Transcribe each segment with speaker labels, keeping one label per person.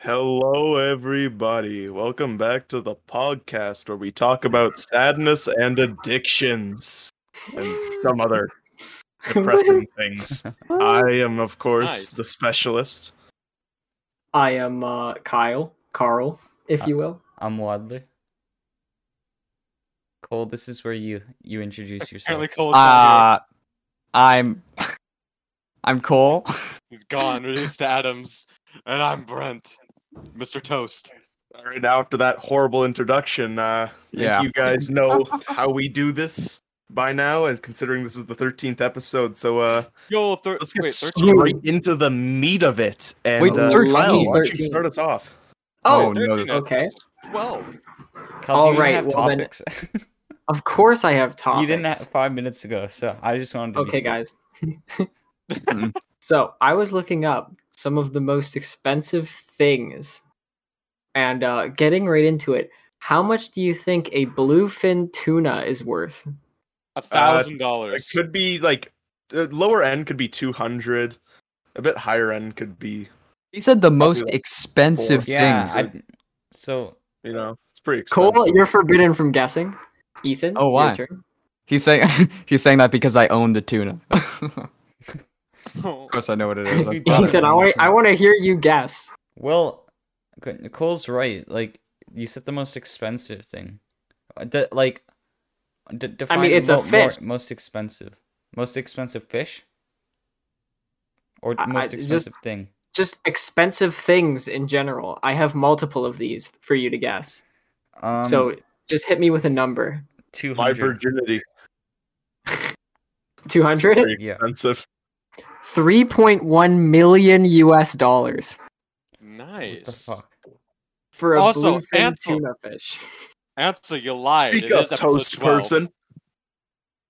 Speaker 1: Hello, everybody. Welcome back to the podcast where we talk about sadness and addictions and some other depressing things. I am, of course,
Speaker 2: Nice.
Speaker 1: the specialist.
Speaker 3: I am uh, Kyle, Carl,
Speaker 1: Uh,
Speaker 3: if you will.
Speaker 2: I'm Wadler. Cole, this is where you you introduce yourself.
Speaker 4: Apparently Cole's not
Speaker 5: Uh, I'm I'm Cole.
Speaker 4: here. He's gone. Reduced to Adams, and I'm Brent, Mr. Toast.
Speaker 1: All right, now after that horrible introduction, uh, I think
Speaker 5: Yeah.
Speaker 1: you guys know how we do this by now, and considering this is the 13th episode, so uh,
Speaker 4: Yo, thir-
Speaker 1: let's get
Speaker 4: wait, thirteen.
Speaker 1: straight into the meat of it. And
Speaker 5: Wait,
Speaker 1: uh,
Speaker 3: 13,
Speaker 1: Kyle, why don't you
Speaker 3: 13.
Speaker 1: start us off?
Speaker 3: Oh,
Speaker 5: no.
Speaker 3: okay.
Speaker 4: Twelve.
Speaker 1: Uh,
Speaker 2: Kyle,
Speaker 3: all
Speaker 2: you didn't
Speaker 3: right,
Speaker 2: have
Speaker 3: well then,
Speaker 2: topics.
Speaker 3: Of course I have topics.
Speaker 2: you didn't have five minutes ago, so I just wanted to. be
Speaker 3: Okay,
Speaker 2: safe.
Speaker 3: guys. so I was looking up some of the most expensive things, and uh, getting right into it. How much do you think a bluefin tuna is worth?
Speaker 4: A thousand
Speaker 1: It
Speaker 4: dollars.
Speaker 1: could be like the lower end could be 200. A bit higher end could be,
Speaker 5: He said the most
Speaker 1: like
Speaker 5: expensive
Speaker 1: four.
Speaker 2: Yeah. I,
Speaker 5: things.
Speaker 2: so
Speaker 1: you know, it's pretty expensive.
Speaker 3: Cole, you're forbidden from guessing. Ethan,
Speaker 5: Oh, why?
Speaker 3: Your turn.
Speaker 5: He's saying he's saying that because I own the tuna. of
Speaker 4: Oh,
Speaker 5: course, I know what it is. I
Speaker 2: You Got it.
Speaker 3: Ethan, I want I want to hear you guess.
Speaker 2: well, c- Cole's right. Like you said, the most expensive thing. Uh, The like. D- define
Speaker 3: it's a
Speaker 2: mo- more-
Speaker 3: fish.
Speaker 2: most expensive. Most expensive fish. Or
Speaker 3: I- I-
Speaker 2: most
Speaker 3: just-
Speaker 2: expensive thing.
Speaker 3: Just expensive things in general. I have multiple of these for you to guess.
Speaker 2: Um,
Speaker 3: so just hit me with a number.
Speaker 2: two
Speaker 1: My
Speaker 2: hundred.
Speaker 1: virginity.
Speaker 3: Two hundred.
Speaker 1: Very
Speaker 2: Yeah.
Speaker 1: expensive.
Speaker 3: 3.1 million US dollars
Speaker 2: What the
Speaker 4: nice.
Speaker 2: fuck?
Speaker 3: for a
Speaker 4: Also,
Speaker 3: bluefin
Speaker 4: Ansel-
Speaker 3: tuna fish.
Speaker 4: Answer, you lied.
Speaker 1: Speak
Speaker 4: it is
Speaker 1: up,
Speaker 4: episode
Speaker 1: toast
Speaker 4: 12.
Speaker 1: person.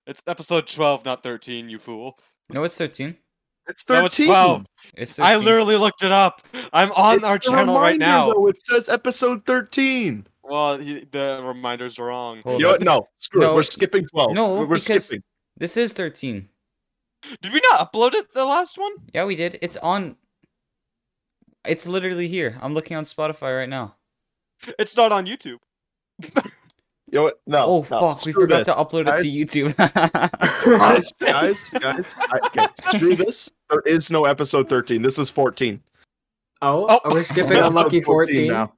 Speaker 4: It's episode twelve, not thirteen. You fool.
Speaker 2: No, it's thirteen.
Speaker 1: It's
Speaker 4: No, it's 12.
Speaker 2: It's 13.
Speaker 4: I literally looked it up. I'm on
Speaker 1: It's
Speaker 4: our
Speaker 1: the
Speaker 4: channel right
Speaker 1: reminder,
Speaker 4: now.
Speaker 1: though. It says episode 13.
Speaker 4: Well, he, the reminder's wrong.
Speaker 2: Hold
Speaker 1: you know
Speaker 2: up.
Speaker 1: what? No, screw
Speaker 2: No,
Speaker 1: it. We're skipping 12.
Speaker 2: no,
Speaker 1: we're, we're
Speaker 2: because-
Speaker 1: skipping.
Speaker 2: This is 13.
Speaker 4: Did we not upload it? The last one.
Speaker 2: Yeah, we did. It's on. It's literally here. I'm looking on Spotify right now.
Speaker 4: It's not on YouTube.
Speaker 1: You know what? No.
Speaker 2: oh,
Speaker 1: no,
Speaker 2: fuck.
Speaker 1: screw
Speaker 2: We forgot
Speaker 1: this.
Speaker 2: to upload it
Speaker 1: I-
Speaker 2: to YouTube.
Speaker 1: Guys, guys, guys. I, okay, screw this. There is no episode 13. This is 14.
Speaker 3: Oh,
Speaker 4: Oh.
Speaker 3: are we skipping unlucky 14?
Speaker 1: now.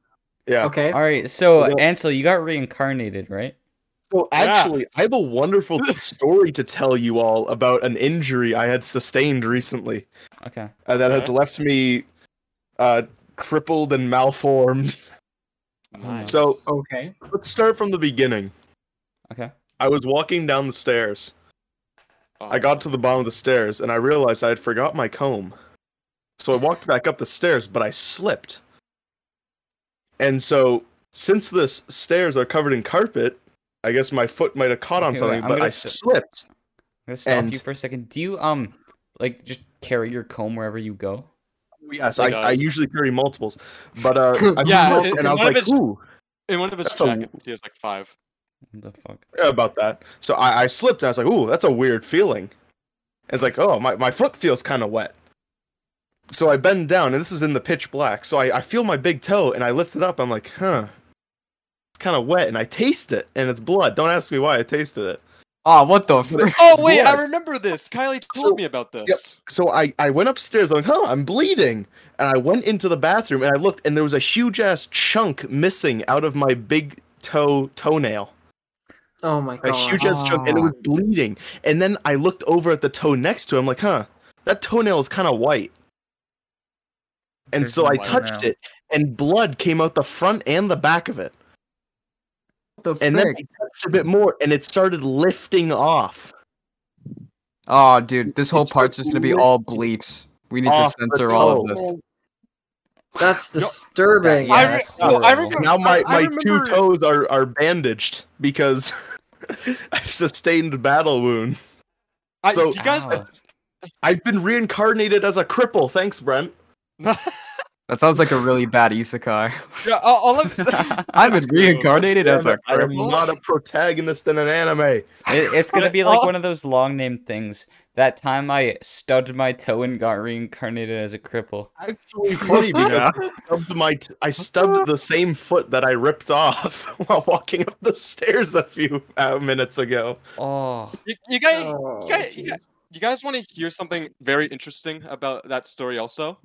Speaker 1: Yeah.
Speaker 3: Okay.
Speaker 2: All right. So,
Speaker 1: Yeah.
Speaker 2: Ansel, you got reincarnated, right?
Speaker 1: So
Speaker 4: Yeah.
Speaker 1: actually, I have a wonderful story to tell you all about an injury I had sustained recently
Speaker 2: Okay.
Speaker 1: uh, that has
Speaker 2: Uh-huh.
Speaker 4: Okay.
Speaker 1: left me uh, crippled and malformed.
Speaker 4: Nice.
Speaker 1: So-
Speaker 3: Okay.
Speaker 1: Let's start from the beginning.
Speaker 2: Okay.
Speaker 1: I was walking down the stairs.
Speaker 4: Oh,
Speaker 1: I got to the bottom of the stairs and I realized I had forgot my comb. So I walked back up the stairs, but I slipped. And so, since this stairs are covered in carpet, I guess my foot might have caught on
Speaker 2: Okay, wait,
Speaker 1: something,
Speaker 2: I'm
Speaker 1: but
Speaker 2: gonna
Speaker 1: I
Speaker 2: st-
Speaker 1: slipped.
Speaker 2: I'm going to stop
Speaker 1: And-
Speaker 2: you for a second. Do you, um, like, just carry your comb wherever you go?
Speaker 1: Yes,
Speaker 4: It
Speaker 1: I, I
Speaker 4: does.
Speaker 1: usually carry multiples, but uh, I
Speaker 4: Yeah,
Speaker 1: slipped
Speaker 4: it-
Speaker 1: and I was
Speaker 4: one of
Speaker 1: like,
Speaker 4: it's-
Speaker 1: "Ooh,
Speaker 4: In one of his
Speaker 1: That's a-
Speaker 4: jackets, he has like five.
Speaker 2: What the fuck?
Speaker 1: yeah, about that." So I, I slipped and I was like, "Ooh, that's a weird feeling." It's like, "Oh, my, my foot feels kind of wet." So I bend down, and this is in the pitch black. So I, I feel my big toe, and I lift it up. I'm like, "Huh, it's kind of wet," and I taste it, and it's blood. Don't ask me why I tasted it.
Speaker 5: oh, what the? Fr-
Speaker 4: Oh wait,
Speaker 1: Blood.
Speaker 4: I remember this. Kylie told
Speaker 1: So-
Speaker 4: me about this.
Speaker 1: So I, I went upstairs, I'm like, huh, I'm bleeding. And I went into the bathroom and I looked, and there was a huge ass chunk missing out of my big toe toenail.
Speaker 3: Oh my
Speaker 1: A
Speaker 3: god.
Speaker 1: huge ass chunk, and it
Speaker 4: Ah.
Speaker 1: was bleeding. And then I looked over at the toe next to him, like, huh, that toenail is kind of white. And
Speaker 2: There's
Speaker 1: so
Speaker 2: no
Speaker 1: I
Speaker 2: white
Speaker 1: touched
Speaker 2: now.
Speaker 1: it, and blood came out the front and the back of it.
Speaker 5: the
Speaker 1: And then I touched a bit more, and it started lifting off.
Speaker 5: oh, dude, this whole
Speaker 1: It's
Speaker 5: part's
Speaker 1: the
Speaker 5: just gonna be all bleeps. We need to
Speaker 1: Off the
Speaker 5: censor all of
Speaker 1: toe.
Speaker 5: this.
Speaker 3: That's disturbing.
Speaker 2: Yeah,
Speaker 4: I, re-
Speaker 2: that's
Speaker 4: well, I
Speaker 2: horrible.
Speaker 4: remember.
Speaker 1: now my,
Speaker 4: I, I
Speaker 1: my
Speaker 4: remember,
Speaker 1: two toes are, are bandaged because I've sustained battle wounds.
Speaker 4: I,
Speaker 1: so-
Speaker 4: do you guys.
Speaker 2: Ow.
Speaker 1: I've been reincarnated as a cripple. Thanks, Brent.
Speaker 5: That sounds like a really bad isekai.
Speaker 4: Yeah, all, all I'm saying.
Speaker 5: I've been reincarnated as a
Speaker 1: Damn it, I am
Speaker 5: cripple.
Speaker 1: not a protagonist in an anime.
Speaker 2: It, it's gonna be like
Speaker 4: Oh.
Speaker 2: one of those long name things. That time I stubbed my toe and got reincarnated as a cripple.
Speaker 1: Actually, funny because
Speaker 5: Yeah.
Speaker 1: I stubbed my t- I stubbed the same foot that I ripped off while walking up the stairs a few uh, minutes ago.
Speaker 2: Oh,
Speaker 4: You, you guys,
Speaker 3: Oh,
Speaker 4: guys- you
Speaker 3: jeez.
Speaker 4: guys- you guys want to hear something very interesting about that story also?
Speaker 3: Of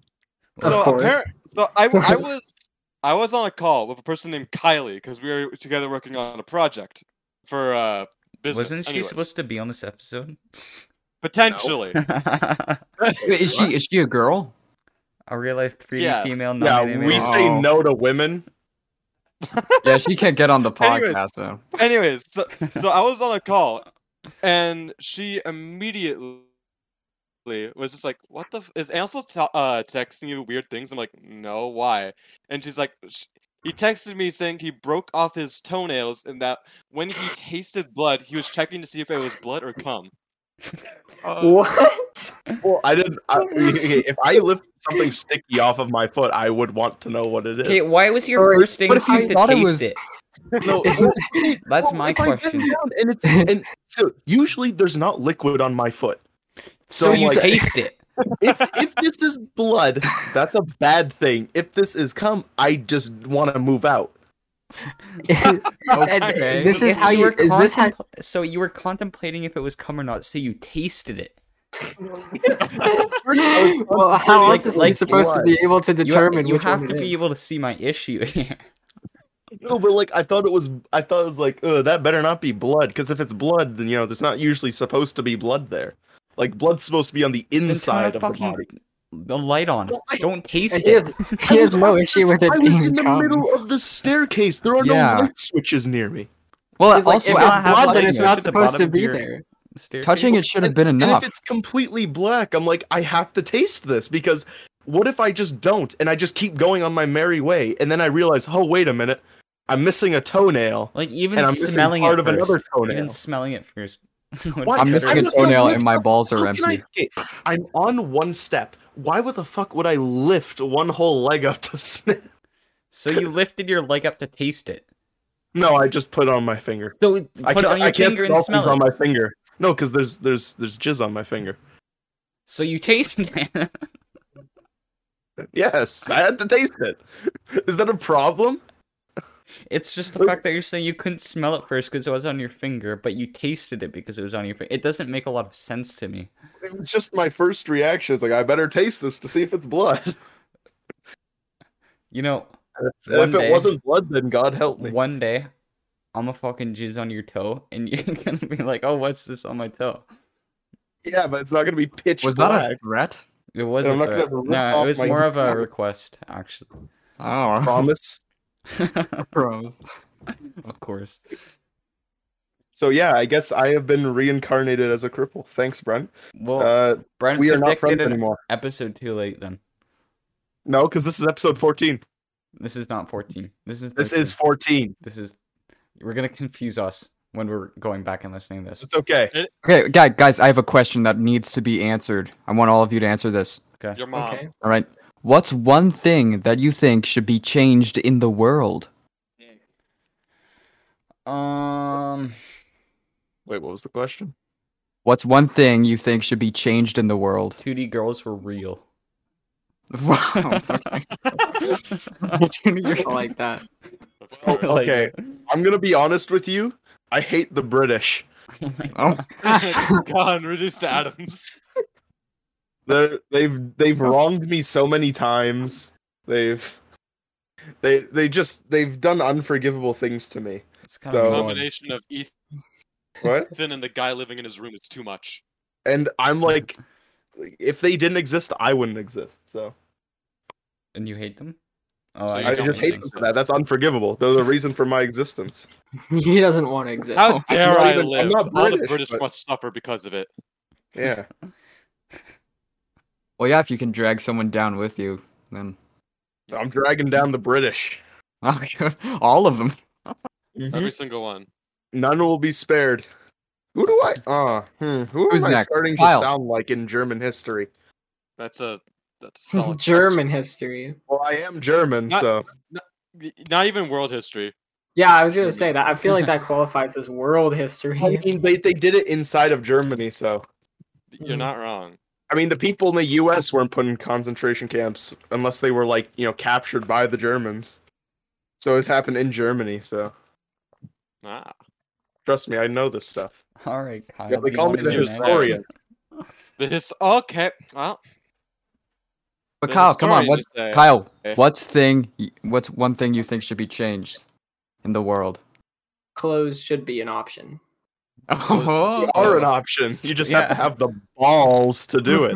Speaker 4: So
Speaker 3: course.
Speaker 4: apparent, so I, w- I was I was on a call with a person named Kylie because we were together working on a project for uh business.
Speaker 2: wasn't she
Speaker 4: anyways.
Speaker 2: supposed to be on this episode?
Speaker 4: potentially?
Speaker 2: a
Speaker 5: Wait, is she is she a girl?
Speaker 2: real life three
Speaker 4: Yes.
Speaker 2: female
Speaker 1: Yeah,
Speaker 2: non-anime.
Speaker 1: we say
Speaker 5: Oh.
Speaker 1: no to women.
Speaker 5: Yeah, she can't get on the
Speaker 4: Anyways.
Speaker 5: podcast though.
Speaker 4: Anyways, so, so I was on a call, and she immediately was just like, "What the f- is Ansel t- uh, texting you weird things?" I'm like, "No, why?" And she's like, sh- "He texted me saying he broke off his toenails and that when he tasted blood, he was checking to see if it was blood or cum."
Speaker 3: What?
Speaker 1: Well, I didn't. I, okay, if I lifted something sticky off of my foot, I would want to know what it is.
Speaker 2: Okay, why was your
Speaker 3: Sorry,
Speaker 2: first
Speaker 5: but if you
Speaker 2: instinct to
Speaker 5: thought it
Speaker 2: taste
Speaker 5: was-
Speaker 2: it?
Speaker 1: No,
Speaker 3: Isn't-
Speaker 2: That's
Speaker 1: Well,
Speaker 2: my
Speaker 1: if I bend
Speaker 2: question.
Speaker 1: down and it's and so usually there's not liquid on my foot. So,
Speaker 2: So, you
Speaker 1: like,
Speaker 2: taste it.
Speaker 1: if if this is blood, that's a bad thing. If this is cum, I just want to move out.
Speaker 5: Okay.
Speaker 3: This is
Speaker 2: If
Speaker 3: how you.
Speaker 2: were
Speaker 3: Is this how?
Speaker 2: contempl- So you were contemplating if it was cum or not. So you tasted it.
Speaker 3: well, how
Speaker 2: like-
Speaker 3: else is he
Speaker 2: like
Speaker 3: supposed to
Speaker 1: what?
Speaker 3: be able to
Speaker 2: You ha-
Speaker 3: determine
Speaker 2: You,
Speaker 3: which
Speaker 2: have
Speaker 3: one
Speaker 2: to
Speaker 3: it
Speaker 2: be
Speaker 3: is?
Speaker 2: able to see my issue here.
Speaker 1: No, but like I thought it was. I thought it was like, oh, that better not be blood. Because if it's blood, then you know there's not usually supposed to be blood there. Like blood's supposed to be on the
Speaker 2: Then turn
Speaker 1: inside
Speaker 2: the
Speaker 1: of the
Speaker 2: fucking
Speaker 1: body.
Speaker 2: the light on.
Speaker 1: Well, I-
Speaker 2: Don't taste
Speaker 3: And
Speaker 2: it.
Speaker 3: he has he has no issue with it
Speaker 1: I was
Speaker 3: being
Speaker 1: in the
Speaker 3: cum.
Speaker 1: middle of the staircase. There are
Speaker 5: Yeah.
Speaker 1: no light switches near me.
Speaker 5: Well,
Speaker 3: He's like,
Speaker 5: also
Speaker 3: if
Speaker 5: at
Speaker 3: it's
Speaker 5: the
Speaker 2: blood,
Speaker 3: blood,
Speaker 5: bottom,
Speaker 3: then
Speaker 2: like,
Speaker 3: it's
Speaker 2: you
Speaker 3: not
Speaker 2: should
Speaker 3: supposed to
Speaker 2: bottom
Speaker 3: be
Speaker 2: your-
Speaker 3: there.
Speaker 2: Staircase?
Speaker 5: touching it should have been
Speaker 1: And-
Speaker 5: enough.
Speaker 1: And if it's completely black, I'm like, I have to taste this because what if I just don't and I just keep going on my merry way and then I realize, oh wait a minute, I'm missing a toenail
Speaker 2: Like even
Speaker 1: and I'm
Speaker 2: smelling
Speaker 1: missing part of
Speaker 2: it first.
Speaker 1: another toenail.
Speaker 2: even smelling it first. would
Speaker 1: Why?
Speaker 5: I'm
Speaker 2: be
Speaker 5: missing
Speaker 2: better.
Speaker 5: a
Speaker 1: I'm-
Speaker 5: toenail and my balls
Speaker 1: How
Speaker 5: are
Speaker 1: can I,
Speaker 5: empty.
Speaker 1: okay, I'm on one step. Why would the fuck would I lift one whole leg up to sniff?
Speaker 2: So you lifted your leg up to taste it.
Speaker 1: No, I just put it on my finger.
Speaker 2: So put
Speaker 1: I
Speaker 2: it
Speaker 1: can't,
Speaker 2: on your
Speaker 1: I can't
Speaker 2: finger and
Speaker 1: smell things
Speaker 2: smell it.
Speaker 1: on my finger. No, because there's there's there's jizz on my finger.
Speaker 2: So you taste it.
Speaker 1: Yes, I had to taste it. Is that a problem?
Speaker 2: it's just the
Speaker 1: Look-
Speaker 2: fact that you're saying you couldn't smell it first because it was on your finger, but you tasted it because it was on your finger. It doesn't make a lot of sense to me.
Speaker 1: It was just my first reaction. It's like I better taste this to see if it's blood.
Speaker 2: You know,
Speaker 1: And
Speaker 2: One
Speaker 1: if
Speaker 2: day.
Speaker 1: it wasn't blood, then God help me.
Speaker 2: one day I'm a fucking jizz on your toe, and you're gonna be like, "Oh, what's this on my toe?"
Speaker 1: Yeah, but it's not gonna be pitch
Speaker 5: Was
Speaker 1: black.
Speaker 5: that a threat?
Speaker 2: It was
Speaker 1: I'm not
Speaker 2: a
Speaker 1: gonna
Speaker 2: threat.
Speaker 1: rip
Speaker 2: No,
Speaker 1: off
Speaker 2: it was
Speaker 1: my
Speaker 2: more of a
Speaker 1: skin.
Speaker 2: request, actually.
Speaker 5: Oh,
Speaker 1: promise?
Speaker 5: promise.
Speaker 2: of course.
Speaker 1: So yeah, I guess I have been reincarnated as a cripple. Thanks, Brent.
Speaker 2: Well,
Speaker 1: Uh,
Speaker 2: Brent
Speaker 1: we are not friends
Speaker 2: predicted an
Speaker 1: anymore.
Speaker 2: episode too late. Then
Speaker 1: No, because this is episode 14.
Speaker 2: this is not 14. This is
Speaker 1: This
Speaker 2: 13.
Speaker 1: is 14.
Speaker 2: this is we're gonna confuse us when we're going back and listening to this.
Speaker 1: It's okay.
Speaker 5: Okay, guy- guys, I have a question that needs to be answered. I want all of you to answer this.
Speaker 2: Okay.
Speaker 4: Your mom.
Speaker 3: Okay.
Speaker 5: All right. What's one thing that you think should be changed in the world?
Speaker 2: Um,
Speaker 1: Wait, what was the question?
Speaker 5: What's one thing you think should be changed in the world?
Speaker 2: 2D girls were real.
Speaker 5: Wow.
Speaker 3: I like that.
Speaker 4: Of
Speaker 1: Oh,
Speaker 4: course.
Speaker 1: like- Okay. I'm gonna be honest with you. I hate the British.
Speaker 2: oh my
Speaker 5: Oh.
Speaker 2: God.
Speaker 4: Gone, reduced to atoms.
Speaker 1: They're, they've they've wronged me so many times. They've they they just they've done unforgivable things to me.
Speaker 2: It's kind of
Speaker 1: So-
Speaker 2: annoying.
Speaker 4: Combination of Ethan
Speaker 1: What?
Speaker 4: and the guy living in his room is too much.
Speaker 1: and I'm like, if they didn't exist, I wouldn't exist. So
Speaker 2: And you hate them? Oh,
Speaker 4: So you
Speaker 1: I
Speaker 4: don't
Speaker 1: just
Speaker 4: make
Speaker 1: hate them
Speaker 4: sense.
Speaker 1: for that. That's unforgivable. They're the reason for my existence.
Speaker 3: He doesn't want to exist.
Speaker 4: How dare
Speaker 1: not
Speaker 4: I
Speaker 1: Oh, even- I'm
Speaker 4: live?
Speaker 1: not
Speaker 4: All the
Speaker 1: British,
Speaker 4: British
Speaker 1: but-
Speaker 4: must suffer because of it.
Speaker 1: Yeah.
Speaker 5: well, yeah, if you can drag someone down with you, then.
Speaker 1: I'm dragging down the British.
Speaker 5: Oh, God, all of them. Mm-hmm.
Speaker 4: Every single one.
Speaker 1: None will be spared. Who do I? Ah, hmm, who
Speaker 5: Who's
Speaker 1: am I
Speaker 5: next?
Speaker 1: starting
Speaker 5: Kyle.
Speaker 1: to sound like in German history?
Speaker 4: That's a that's a solid
Speaker 3: German history.
Speaker 1: Well, I am German,
Speaker 4: Not-
Speaker 1: so
Speaker 4: question. Y- Not even world history.
Speaker 3: Yeah, I was gonna say that. I feel like that qualifies as world history.
Speaker 1: I mean, they, they did it inside of Germany, so
Speaker 4: You're
Speaker 5: Mm-hmm.
Speaker 3: Mhm.
Speaker 4: not wrong.
Speaker 1: I mean, the people in the U.S. weren't put in concentration camps unless they were like you know captured by the Germans. So it's happened in Germany. So
Speaker 4: Ah.
Speaker 1: trust me, I know this stuff.
Speaker 2: All right, Kyle.
Speaker 1: Yeah,
Speaker 2: do
Speaker 1: they
Speaker 2: you
Speaker 1: call me
Speaker 2: wanna
Speaker 1: the
Speaker 2: go next?
Speaker 1: historian.
Speaker 4: The his okay. Well,
Speaker 5: But
Speaker 4: the
Speaker 5: Kyle, come on,
Speaker 4: historian
Speaker 5: what's
Speaker 4: is there.
Speaker 5: Kyle?
Speaker 4: Okay.
Speaker 5: What's thing? y- What's one thing you think should be changed in the world?
Speaker 3: Clothes should be an option.
Speaker 5: Oh.
Speaker 1: You are an option. You just have to
Speaker 2: Yeah.
Speaker 1: have the balls to do it.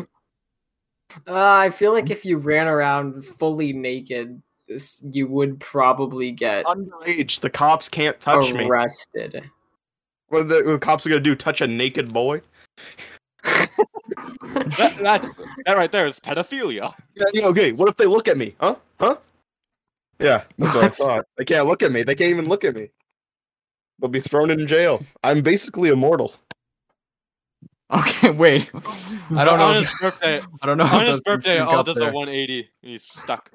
Speaker 3: Uh, I feel like if you ran around fully naked, this, you would probably get
Speaker 1: Underage, the cops can't touch me.
Speaker 3: arrested.
Speaker 1: What are the, the cops are gonna do? Touch a naked boy?
Speaker 4: that, that's that right there is pedophilia.
Speaker 1: Yeah, yeah, okay. What if they look at me? Huh? Huh? Yeah, that's what I
Speaker 5: What?
Speaker 1: thought. They can't look at me. They can't even look at me. They'll be thrown in jail. I'm basically immortal.
Speaker 5: Okay, wait. I
Speaker 4: on
Speaker 5: don't know.
Speaker 4: his birthday.
Speaker 5: I don't know. if
Speaker 4: on his
Speaker 5: those things
Speaker 4: birthday,
Speaker 5: sync
Speaker 4: all
Speaker 5: up
Speaker 4: does
Speaker 5: there.
Speaker 4: a 180 and he's stuck.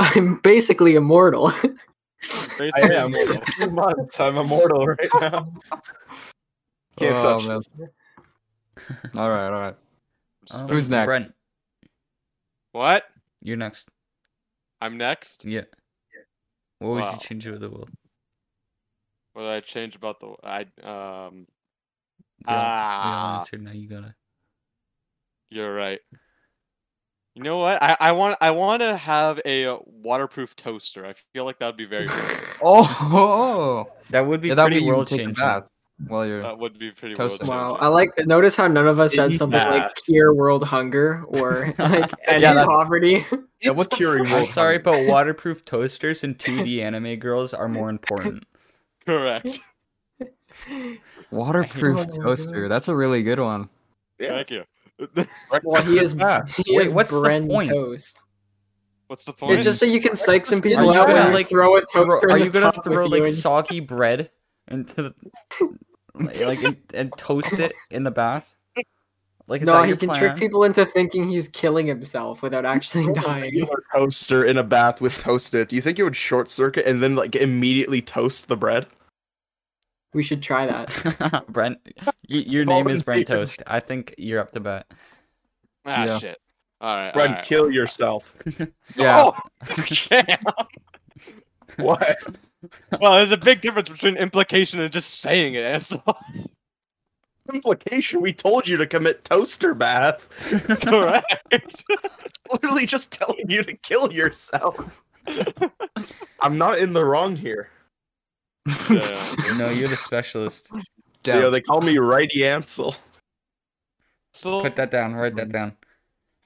Speaker 3: I'm basically immortal.
Speaker 1: I
Speaker 4: Basically,
Speaker 1: am. In a few months, I'm immortal right now. Can't
Speaker 5: Oh,
Speaker 1: touch
Speaker 5: man.
Speaker 1: this.
Speaker 5: All right, all right.
Speaker 4: just
Speaker 2: Um,
Speaker 4: been-
Speaker 5: Who's next?
Speaker 2: Brent,
Speaker 4: What?
Speaker 2: you're next.
Speaker 4: I'm next.
Speaker 2: Yeah. What would
Speaker 4: Wow.
Speaker 2: you change with the world?
Speaker 4: What did I change about the? I um.
Speaker 2: We all- we all
Speaker 4: Ah.
Speaker 2: answered. Now you gotta.
Speaker 4: You're right. You know what? I, I want I want to have a uh, waterproof toaster. I feel like that would be very
Speaker 5: Oh,
Speaker 2: That would be
Speaker 5: yeah, that way
Speaker 2: pretty
Speaker 5: you can
Speaker 2: world
Speaker 5: take a
Speaker 2: changing.
Speaker 5: bath while you're.
Speaker 4: that would be pretty
Speaker 5: Toaster.
Speaker 4: world
Speaker 3: wow,
Speaker 4: changing.
Speaker 3: I like. Notice how none of us said
Speaker 1: Yeah.
Speaker 3: something like cure world hunger or like end
Speaker 5: Yeah, that's-
Speaker 3: poverty.
Speaker 5: Yeah,
Speaker 1: It's
Speaker 5: what's the-
Speaker 1: curing
Speaker 2: I'm
Speaker 1: world
Speaker 2: sorry,
Speaker 1: hunger.
Speaker 2: but waterproof toasters and 2D anime girls are more important.
Speaker 4: Correct.
Speaker 5: Waterproof
Speaker 3: Oh my
Speaker 5: toaster.
Speaker 3: God.
Speaker 5: That's a really good one.
Speaker 1: Yeah.
Speaker 4: Thank you.
Speaker 3: Well, he is.
Speaker 1: Ah,
Speaker 3: He
Speaker 2: Wait,
Speaker 3: is
Speaker 2: what's the
Speaker 3: Bren
Speaker 2: point?
Speaker 3: toast.
Speaker 4: What's the
Speaker 3: It's
Speaker 4: point?
Speaker 3: just so you can psych some people
Speaker 2: Are you
Speaker 3: out
Speaker 2: gonna,
Speaker 3: when
Speaker 2: like,
Speaker 3: like throw a
Speaker 2: Throw-
Speaker 3: toaster.
Speaker 2: are
Speaker 3: in
Speaker 2: you
Speaker 3: the
Speaker 2: gonna
Speaker 3: tub
Speaker 2: throw
Speaker 3: with
Speaker 2: like
Speaker 3: you and-
Speaker 2: soggy bread into the like, like and, and toast it in the bath? Like is
Speaker 3: No,
Speaker 2: that
Speaker 3: he
Speaker 2: your
Speaker 3: can
Speaker 2: plan?
Speaker 3: trick people into thinking he's killing himself without actually
Speaker 1: Throw a
Speaker 3: dying.
Speaker 1: regular toaster in a bath with toasted. Do you think it would short circuit and then like immediately toast the bread?
Speaker 3: We should try that.
Speaker 2: Brent, y- your name is Brent
Speaker 1: Volunteer.
Speaker 2: Toast. I think you're up to bat.
Speaker 4: ah
Speaker 5: Yeah.
Speaker 4: shit. All
Speaker 3: Uh,
Speaker 4: right.
Speaker 1: Bread,
Speaker 4: all right.
Speaker 1: kill yourself.
Speaker 5: Yeah.
Speaker 4: Oh, damn.
Speaker 1: What?
Speaker 4: Well, there's a big difference between implication and just saying it. That's all.
Speaker 1: Implication. We told you to commit toaster bath.
Speaker 4: correct.
Speaker 1: Literally just telling you to kill yourself. I'm not in the wrong here.
Speaker 2: No, you're the specialist.
Speaker 1: Yeah,
Speaker 5: Damn.
Speaker 1: they call me Righty Ansel.
Speaker 4: So
Speaker 2: Put that down. Write that down.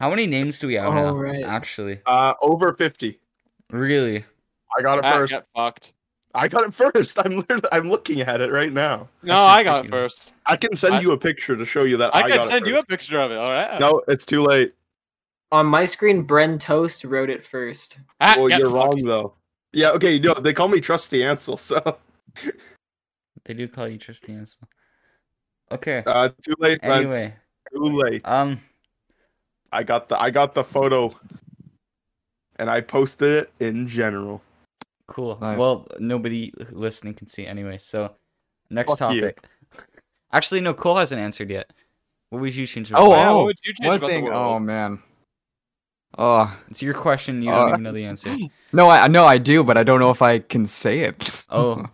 Speaker 2: How many names do we have now?
Speaker 3: Alright.
Speaker 2: Actually,
Speaker 1: Uh, over 50.
Speaker 2: really?
Speaker 1: I got it
Speaker 4: I
Speaker 1: first.
Speaker 4: got fucked.
Speaker 1: I got it first. I'm literally, I'm looking at it right now.
Speaker 4: No,
Speaker 2: That's
Speaker 4: I got it
Speaker 2: ridiculous.
Speaker 4: first.
Speaker 1: I can send
Speaker 4: I-
Speaker 1: you a picture to show you that I,
Speaker 4: I,
Speaker 1: got
Speaker 4: can
Speaker 1: it
Speaker 4: send you a
Speaker 1: first.
Speaker 4: picture of it. All right.
Speaker 1: No, it's too late.
Speaker 3: On my screen, Bren Toast wrote it first.
Speaker 4: Ah,
Speaker 1: well,
Speaker 4: got
Speaker 1: you're
Speaker 4: fucked.
Speaker 1: wrong though. Yeah, okay, no, they call me Trusty Ansel, so
Speaker 2: They do call you Tristan Ansel. Okay.
Speaker 1: uh, too late. Lance.
Speaker 2: anyway,
Speaker 1: too late.
Speaker 2: um,
Speaker 1: I got the I got the photo, and I posted it in general.
Speaker 2: cool.
Speaker 5: Nice.
Speaker 2: Well, nobody listening can see anyway. So, next
Speaker 1: Fuck you.
Speaker 2: topic. Actually, no. Cole hasn't answered yet. What would you change? to
Speaker 5: Oh,
Speaker 2: replace-
Speaker 4: Yeah,
Speaker 5: oh,
Speaker 4: what would you change
Speaker 5: One
Speaker 4: about
Speaker 5: thing.
Speaker 4: the
Speaker 5: Oh
Speaker 4: world?
Speaker 5: man. Oh
Speaker 2: It's your question. You don't
Speaker 5: Uh,
Speaker 2: even know the answer.
Speaker 5: no, I no, I do, but I don't know if I can say it.
Speaker 2: Oh.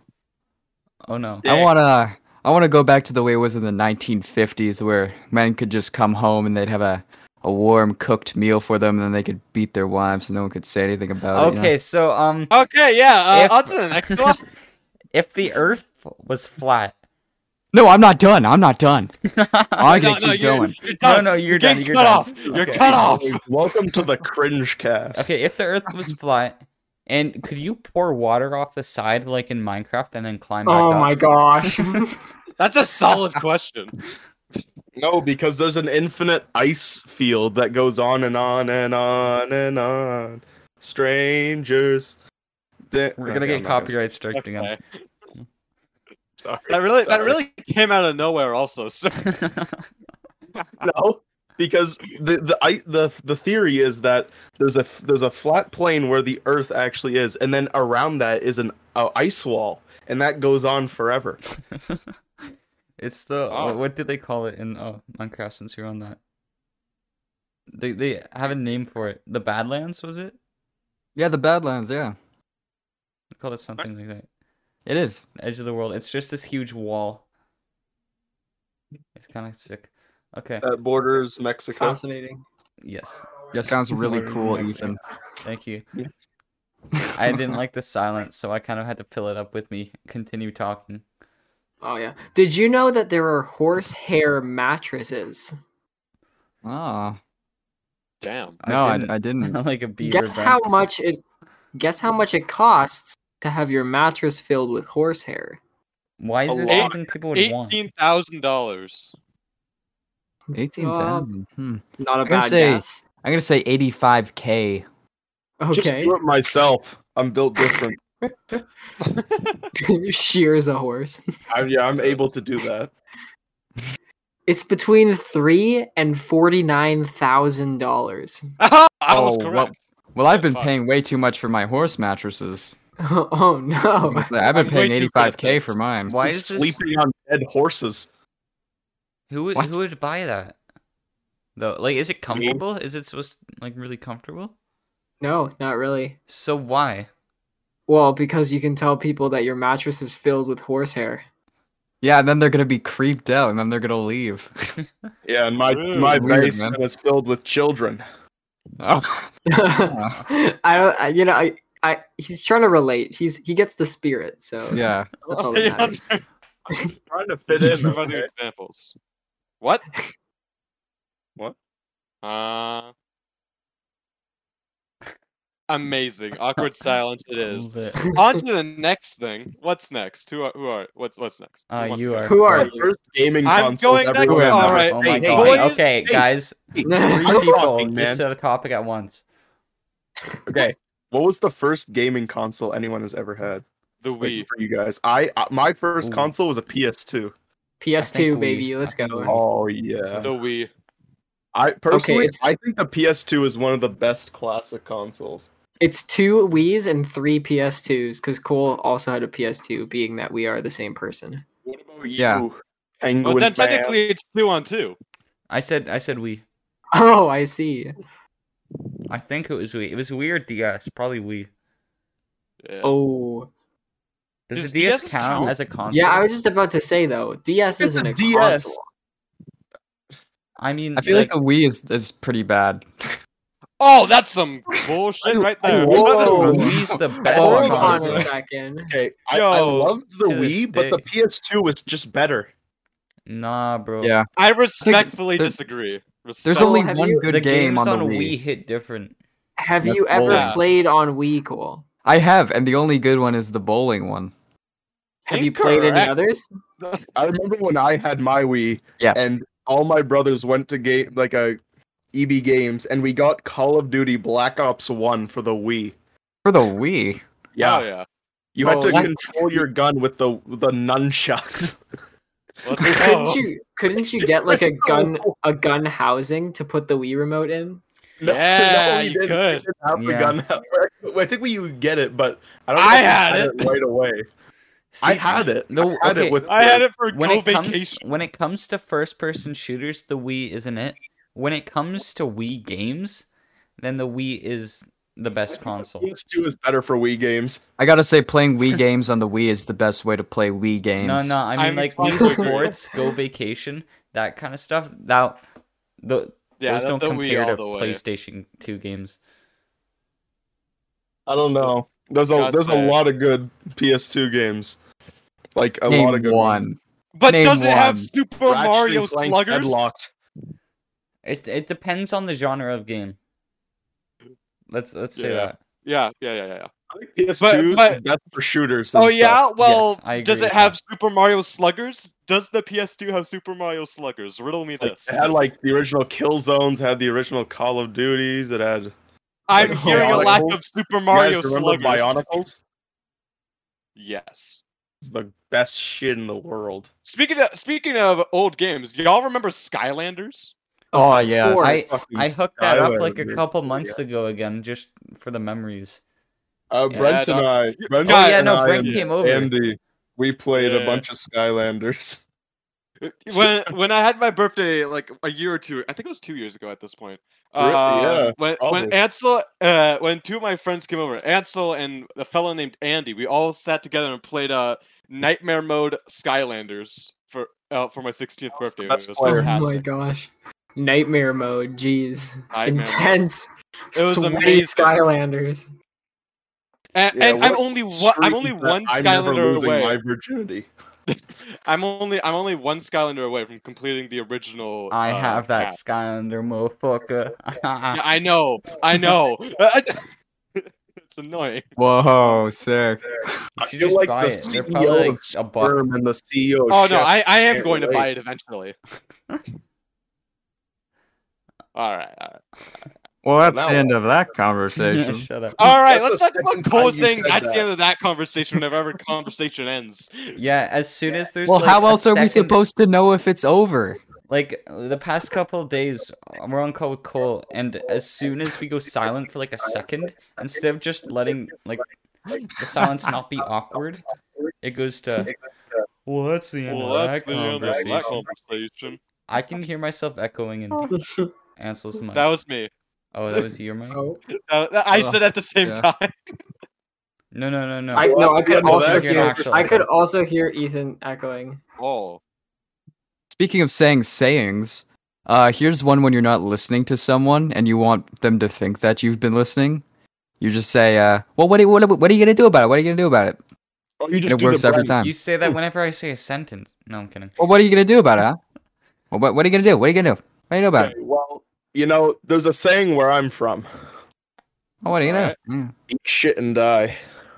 Speaker 2: Oh no.
Speaker 5: I wanna I wanna go back to the way it was in the 1950s, where men could just come home and they'd have a a warm cooked meal for them, and then they could beat their wives, and no one could say anything about it. you know?
Speaker 2: Okay, so um,
Speaker 4: Okay, yeah. Uh,
Speaker 2: If-
Speaker 4: On to the next one.
Speaker 2: if the Earth was flat,
Speaker 5: No, I'm not done. I'm not done. I'm
Speaker 4: no,
Speaker 5: gonna
Speaker 4: no,
Speaker 5: keep
Speaker 4: you're,
Speaker 5: going.
Speaker 4: You're
Speaker 2: no,
Speaker 4: done.
Speaker 2: no, you're
Speaker 4: you're
Speaker 2: done.
Speaker 4: getting
Speaker 2: You're
Speaker 4: cut
Speaker 2: done.
Speaker 4: off. You're
Speaker 2: Okay.
Speaker 4: cut off.
Speaker 1: Welcome to the cringe cast.
Speaker 2: Okay, if the Earth was flat, and could you pour water off the side like in Minecraft and then climb back
Speaker 3: Oh
Speaker 2: up?
Speaker 3: my gosh.
Speaker 4: That's a solid question.
Speaker 1: No, because there's an infinite ice field that goes on and on and on and on. Strangers. Da-
Speaker 2: We're gonna
Speaker 1: Okay,
Speaker 2: get
Speaker 1: I'm not
Speaker 2: copyright striked again.
Speaker 4: Okay.
Speaker 1: Sorry.
Speaker 4: That really, that
Speaker 1: Sorry.
Speaker 4: really came out of nowhere. Also, so
Speaker 1: No. because the the I, the the theory is that there's a there's a flat plane where the Earth actually is, and then around that is an a ice wall, and that goes on forever.
Speaker 2: it's the
Speaker 4: Oh.
Speaker 2: what did they call it in oh Minecraft since you're on that? They they have a name for it. The Badlands was it?
Speaker 5: Yeah, the Badlands. Yeah,
Speaker 2: They called it something like that.
Speaker 5: it is.
Speaker 2: The edge of the world. It's just this huge wall. It's kind of sick. Okay.
Speaker 1: That borders Mexico.
Speaker 3: Fascinating.
Speaker 2: Yes.
Speaker 5: Yeah, sounds really
Speaker 2: Borders
Speaker 5: cool,
Speaker 2: Mexico.
Speaker 5: Ethan.
Speaker 2: Thank you. I didn't like the silence, so I kind of had to fill it up with me. Continue talking.
Speaker 3: Oh yeah. Did you know that there are horsehair mattresses?
Speaker 5: Oh
Speaker 4: Damn.
Speaker 5: no, I,
Speaker 2: didn't.
Speaker 5: I didn't.
Speaker 2: like a beaver.
Speaker 3: Guess how much it guess how much it costs to have your mattress filled with horsehair.
Speaker 2: Why
Speaker 1: a
Speaker 2: is this
Speaker 1: lot.
Speaker 2: something people would want?
Speaker 4: Eighteen thousand dollars.
Speaker 5: Eighteen thousand. Hmm.
Speaker 3: Not a
Speaker 5: gonna
Speaker 3: bad
Speaker 5: say-
Speaker 3: guess.
Speaker 5: I'm gonna say eighty-five k.
Speaker 1: Just
Speaker 3: Okay.
Speaker 1: do it myself. I'm built different.
Speaker 3: Shears a horse.
Speaker 1: I, yeah, I'm able to do that.
Speaker 3: It's between three and forty nine thousand dollars.
Speaker 4: I was
Speaker 5: Oh, well,
Speaker 4: correct.
Speaker 5: Well, I've been
Speaker 4: Fucked.
Speaker 5: paying way too much for my horse mattresses.
Speaker 3: Oh no.
Speaker 5: I've been
Speaker 4: I'm way
Speaker 5: paying
Speaker 4: too good at
Speaker 5: eighty-five k for
Speaker 4: this.
Speaker 5: mine.
Speaker 2: Why is this?
Speaker 1: Sleeping on dead horses.
Speaker 2: Who would
Speaker 5: What?
Speaker 2: who would buy that? Though, like, is it
Speaker 1: Me.
Speaker 2: comfortable? Is it supposed like really comfortable?
Speaker 3: No, not really.
Speaker 2: So why?
Speaker 3: Well, because you can tell people that your mattress is filled with horsehair.
Speaker 5: Yeah, and then they're gonna be creeped out, and then they're gonna leave.
Speaker 1: Yeah, and my
Speaker 4: Ooh,
Speaker 1: my
Speaker 5: weird,
Speaker 1: basement is filled with children.
Speaker 5: oh.
Speaker 3: I don't. I, you know, I, I. He's trying to relate. He's he gets the spirit. So
Speaker 5: Yeah.
Speaker 3: that's all that matters.
Speaker 1: Trying to
Speaker 4: It
Speaker 1: fit
Speaker 4: is
Speaker 1: in.
Speaker 4: providing
Speaker 1: okay?
Speaker 4: examples. What?
Speaker 1: What?
Speaker 4: Uh. Amazing. Awkward silence. It is.
Speaker 2: Little bit.
Speaker 4: On to the next thing. What's next? Who are? Who are? What's? What's next? Who
Speaker 2: Uh,
Speaker 4: wants
Speaker 2: you
Speaker 4: to go?
Speaker 2: are.
Speaker 3: Who are
Speaker 1: The
Speaker 3: you?
Speaker 1: first gaming
Speaker 4: I'm
Speaker 1: console
Speaker 4: going next.
Speaker 1: everyone has
Speaker 4: All
Speaker 1: ever-
Speaker 4: right.
Speaker 2: Oh my
Speaker 1: Hey,
Speaker 2: god.
Speaker 4: boys,
Speaker 1: hey.
Speaker 2: okay, guys.
Speaker 1: I'm
Speaker 2: Three people
Speaker 1: talking,
Speaker 2: just
Speaker 1: man.
Speaker 2: said a topic at once.
Speaker 1: Okay. What was the first gaming console anyone has ever had?
Speaker 4: The
Speaker 1: Like,
Speaker 4: Wii.
Speaker 1: for you guys. I uh, my first
Speaker 2: Ooh.
Speaker 1: console was a PS2.
Speaker 2: I
Speaker 3: PS2
Speaker 2: think we-
Speaker 3: baby, let's
Speaker 2: I think we-
Speaker 3: go.
Speaker 1: Oh yeah.
Speaker 4: The Wii.
Speaker 1: I personally
Speaker 3: it's-
Speaker 1: I think the PS2 is one of the best classic consoles.
Speaker 3: It's two Wii's and three PS2s because Cole also had a PS2, being that we are the same person.
Speaker 1: What about you?
Speaker 5: Yeah.
Speaker 1: Penguin
Speaker 4: Well,
Speaker 1: Man?
Speaker 4: then technically it's two on two.
Speaker 2: I said I said we.
Speaker 3: Oh, I see.
Speaker 2: I think it was we. It was weird DS. Probably we.
Speaker 4: Yeah.
Speaker 3: Oh,
Speaker 2: Does,
Speaker 4: Does
Speaker 2: the DS,
Speaker 4: DSs
Speaker 2: count,
Speaker 4: count?
Speaker 2: as a console?
Speaker 3: yeah. I was just about to say though, DS
Speaker 1: It's
Speaker 3: isn't
Speaker 1: a
Speaker 3: a
Speaker 1: DS.
Speaker 3: console.
Speaker 2: I mean,
Speaker 5: I feel like the Wii is is pretty bad.
Speaker 4: Oh, that's some bullshit right there.
Speaker 1: Whoa.
Speaker 2: the Wii's the best
Speaker 3: Hold on
Speaker 2: console.
Speaker 3: a second.
Speaker 1: Okay, I, I
Speaker 4: Yo,
Speaker 1: loved the
Speaker 2: to this
Speaker 1: Wii, but the
Speaker 2: day.
Speaker 1: PS2 was just better.
Speaker 2: Nah, bro.
Speaker 5: Yeah.
Speaker 4: I respectfully
Speaker 5: there's-
Speaker 4: disagree.
Speaker 5: There's
Speaker 4: Respect-
Speaker 5: only
Speaker 3: have
Speaker 5: one
Speaker 3: you-
Speaker 5: good
Speaker 2: the
Speaker 5: game
Speaker 2: games
Speaker 5: on the
Speaker 2: Wii.
Speaker 5: Wii.
Speaker 2: hit different.
Speaker 3: Have
Speaker 5: That's
Speaker 3: you ever
Speaker 4: bull.
Speaker 3: played on Wii, Cole?
Speaker 5: I have, and the only good one is the bowling one.
Speaker 3: Have you played any
Speaker 4: Incorrect.
Speaker 3: others?
Speaker 4: Oh,
Speaker 1: I remember when I had my Wii
Speaker 5: Yes.
Speaker 1: and all my brothers went to game like a EB Games and we got Call of Duty Black Ops 1 for the Wii.
Speaker 5: for the Wii.
Speaker 4: Oh, yeah.
Speaker 1: You had
Speaker 3: Oh,
Speaker 1: to
Speaker 3: that's-
Speaker 1: control your gun with the the nunchucks.
Speaker 4: Let's go.
Speaker 3: Couldn't you couldn't you get like a
Speaker 1: Crystal.
Speaker 3: gun a gun housing to put the Wii remote in?
Speaker 4: Yeah,
Speaker 1: we
Speaker 4: you
Speaker 1: didn't.
Speaker 4: could.
Speaker 1: We didn't have the
Speaker 2: Yeah.
Speaker 1: gun. I think we would get it, but I don't.
Speaker 4: I
Speaker 1: think we
Speaker 4: had it.
Speaker 1: right away. I
Speaker 2: See,
Speaker 1: had it.
Speaker 2: No,
Speaker 1: I had
Speaker 2: okay.
Speaker 1: it with.
Speaker 4: I had it for
Speaker 2: when
Speaker 4: go
Speaker 2: it comes
Speaker 4: vacation.
Speaker 2: when it comes to first person shooters, the Wii isn't it. When it comes to Wii games, then the Wii is the best console.
Speaker 1: PS2 is better for Wii games.
Speaker 5: I gotta say, playing Wii games on the Wii is the best way to play Wii games.
Speaker 2: No, no, I mean
Speaker 4: I'm
Speaker 2: like
Speaker 4: inclined
Speaker 2: Wii
Speaker 4: to agree.
Speaker 2: Sports, Go Vacation, that kind of stuff. That the
Speaker 4: Yeah,
Speaker 2: those
Speaker 4: that-
Speaker 2: don't
Speaker 4: the Wii
Speaker 2: compare
Speaker 4: all
Speaker 2: to
Speaker 4: the way.
Speaker 2: PlayStation Two games.
Speaker 1: I don't know. There's a
Speaker 4: Just
Speaker 1: there's a
Speaker 4: that.
Speaker 1: lot of good PS2 games. Like a
Speaker 5: Name
Speaker 1: lot of good
Speaker 5: one.
Speaker 1: ones.
Speaker 4: But
Speaker 5: Name
Speaker 4: does it have
Speaker 5: one.
Speaker 4: Super
Speaker 1: We're actually
Speaker 4: Mario
Speaker 1: playing
Speaker 4: Sluggers?
Speaker 1: Deadlocked.
Speaker 2: It it depends on the genre of game. Let's let's say
Speaker 4: Yeah.
Speaker 2: that.
Speaker 4: Yeah, yeah, yeah, yeah. yeah.
Speaker 1: I think PS2
Speaker 4: But-
Speaker 1: is best for shooters. and
Speaker 4: Oh
Speaker 1: stuff.
Speaker 4: yeah. Well,
Speaker 2: I agree
Speaker 4: does
Speaker 2: with
Speaker 4: it
Speaker 2: that.
Speaker 4: have Super Mario Sluggers? Does the PS2 have Super Mario Sluggers? Riddle me
Speaker 1: Like,
Speaker 4: this.
Speaker 1: it had like the original Kill Zones, had the original Call of Duties. It had
Speaker 4: I'm
Speaker 1: like,
Speaker 4: hearing a lack
Speaker 1: Bionicle?
Speaker 4: of Super
Speaker 1: You
Speaker 4: Mario
Speaker 1: guys remember
Speaker 4: Sluggers.
Speaker 1: Bionicles.
Speaker 4: Yes.
Speaker 1: It's the best shit in the world.
Speaker 4: Speaking of speaking of old games, y'all remember Skylanders?
Speaker 5: Oh yeah,
Speaker 3: course.
Speaker 2: I
Speaker 1: fucking
Speaker 2: I hooked that up
Speaker 1: Skylar,
Speaker 2: like a
Speaker 1: dude.
Speaker 2: couple months ago again, just for the memories.
Speaker 1: Uh,
Speaker 2: Yeah,
Speaker 1: Brent and
Speaker 4: no.
Speaker 1: I. Brent
Speaker 4: Oh, yeah,
Speaker 1: and
Speaker 2: no,
Speaker 1: I
Speaker 2: Brent
Speaker 1: and
Speaker 2: came over.
Speaker 1: Andy, we played a
Speaker 4: Yeah.
Speaker 1: bunch of Skylanders.
Speaker 4: when when I had my birthday like a year or two, I think it was two years ago at this point.
Speaker 1: Really?
Speaker 4: uh,
Speaker 1: Yeah,
Speaker 4: When
Speaker 1: probably.
Speaker 4: when Ansel, uh, when two of my friends came over, Ansel and a fellow named Andy, we all sat together and played uh, Nightmare Mode Skylanders for uh, for my 16th
Speaker 1: was the
Speaker 4: birthday.
Speaker 1: best
Speaker 4: it was
Speaker 1: player. Oh my
Speaker 3: Oh my
Speaker 4: fantastic.
Speaker 3: gosh. Nightmare mode, jeez.
Speaker 4: Nightmare mode.
Speaker 3: Intense.
Speaker 4: It was
Speaker 3: sweaty
Speaker 4: amazing.
Speaker 3: Skylanders.
Speaker 4: And,
Speaker 1: Yeah,
Speaker 4: and I'm
Speaker 1: what
Speaker 4: only one. I'm
Speaker 1: Street
Speaker 4: only
Speaker 1: is that
Speaker 4: one
Speaker 1: I'm never
Speaker 4: Skylander
Speaker 1: losing
Speaker 4: away.
Speaker 1: My virginity.
Speaker 4: I'm only I'm only one Skylander away from completing the original.
Speaker 2: I
Speaker 4: uh,
Speaker 2: have that
Speaker 4: path.
Speaker 2: Skylander motherfucker.
Speaker 4: Yeah, I know. I know. it's annoying.
Speaker 5: Whoa, sick.
Speaker 2: You
Speaker 1: I feel
Speaker 2: should just
Speaker 1: like
Speaker 2: buy
Speaker 1: the
Speaker 2: it. They're
Speaker 1: CEO
Speaker 2: probably like
Speaker 1: of
Speaker 2: a buck.
Speaker 1: Sperm and the E CEO.
Speaker 4: Oh
Speaker 1: Chef.
Speaker 4: no, I, I am
Speaker 1: can't
Speaker 4: going to buy
Speaker 1: relate.
Speaker 4: it eventually. all right, all right,
Speaker 5: Well, that's
Speaker 1: Now
Speaker 5: the end of that
Speaker 2: Yeah,
Speaker 5: conversation.
Speaker 2: shut up.
Speaker 4: all right.
Speaker 1: That's
Speaker 4: Let's
Speaker 1: the
Speaker 4: talk about
Speaker 1: second time
Speaker 4: Cole
Speaker 1: you
Speaker 4: saying
Speaker 1: said
Speaker 4: that's the
Speaker 1: that.
Speaker 4: end of that conversation. Whenever every conversation ends,
Speaker 2: Yeah, as soon as there's
Speaker 5: Well,
Speaker 2: like,
Speaker 5: how
Speaker 2: a
Speaker 5: else are we
Speaker 2: second-
Speaker 5: supposed to know if it's over?
Speaker 2: like the past couple of days we're on call with Cole and as soon as we go silent for like a second, instead of just letting like the silence not be awkward, it goes to Well that's the end
Speaker 4: well,
Speaker 2: of
Speaker 4: that's
Speaker 2: that
Speaker 4: the end of that
Speaker 2: conversation.
Speaker 4: conversation.
Speaker 2: I can hear myself echoing in Ansel's mic.
Speaker 4: That was me.
Speaker 2: oh, that was your mic?
Speaker 3: oh.
Speaker 4: That- that- I
Speaker 5: Ugh,
Speaker 4: said at the same
Speaker 5: yeah.
Speaker 4: time.
Speaker 2: No no no no.
Speaker 3: I no, I could
Speaker 1: Well,
Speaker 3: also
Speaker 1: that's
Speaker 2: your
Speaker 3: hear
Speaker 2: actual
Speaker 3: I could
Speaker 2: echo.
Speaker 3: also hear Ethan echoing.
Speaker 4: Oh,
Speaker 5: Speaking of saying sayings, uh, here's one when you're not listening to someone and you want them to think that you've been listening. You just say, uh, "Well, what are, what, are, what are you gonna do about it? What are you gonna do about it?"
Speaker 1: Oh, you
Speaker 5: And
Speaker 1: just
Speaker 5: it
Speaker 1: do the
Speaker 5: works every
Speaker 1: Brent.
Speaker 5: time.
Speaker 2: you say that whenever I say a sentence. No, I'm kidding.
Speaker 5: Well, what are you gonna do about it? Huh? Well, what, what are you gonna do? What are you gonna do? What are you gonna do about
Speaker 1: Okay,
Speaker 5: it?
Speaker 1: well, you know, there's a saying where I'm from:
Speaker 5: Oh, what are you gonna?
Speaker 4: Alright.
Speaker 5: do? Mm.
Speaker 1: "Eat shit and die."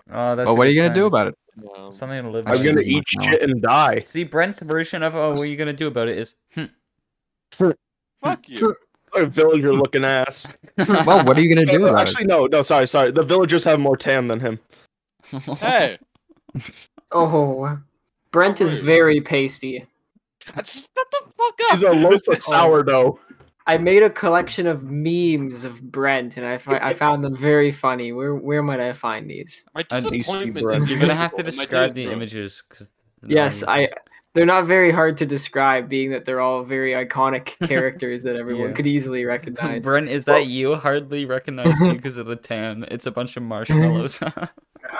Speaker 2: Oh, that's
Speaker 5: Well,
Speaker 2: a
Speaker 5: what are
Speaker 2: good
Speaker 5: you gonna do
Speaker 2: sign.
Speaker 5: about it?
Speaker 4: um,
Speaker 2: something to live
Speaker 1: I'm
Speaker 5: Actually,
Speaker 2: by.
Speaker 1: gonna
Speaker 5: doesn't
Speaker 1: eat
Speaker 5: work now.
Speaker 1: shit and die.
Speaker 2: See Brent's version of oh what are you gonna do about it is hmm.
Speaker 4: fuck you.
Speaker 1: Like villager looking ass. Uh,
Speaker 5: Well, what are you gonna Hmm. do about
Speaker 1: Actually, no, no, sorry, sorry. The villagers have more tan than him.
Speaker 4: Hey,
Speaker 3: Oh. Brent is very pasty.
Speaker 4: that's- shut the fuck up.
Speaker 1: He's a loaf
Speaker 5: Oh.
Speaker 1: of sourdough.
Speaker 3: I made a collection of memes of Brent, and I, fi- I found them very funny. Where where might I find these?
Speaker 4: My
Speaker 1: tasty
Speaker 4: disappointment
Speaker 1: bread.
Speaker 4: is
Speaker 2: You're gonna have to
Speaker 4: miserable, and my
Speaker 2: describe
Speaker 4: dinner's
Speaker 2: the
Speaker 4: ruined.
Speaker 2: images. 'cause they're
Speaker 3: Yes,
Speaker 2: not even-
Speaker 3: I. They're not very hard to describe, being that they're all very iconic characters that everyone
Speaker 2: Yeah.
Speaker 3: could easily recognize.
Speaker 2: Brent, is that you? Hardly recognize you because of the tan. It's a bunch of
Speaker 3: Mm-hmm.
Speaker 2: marshmallows.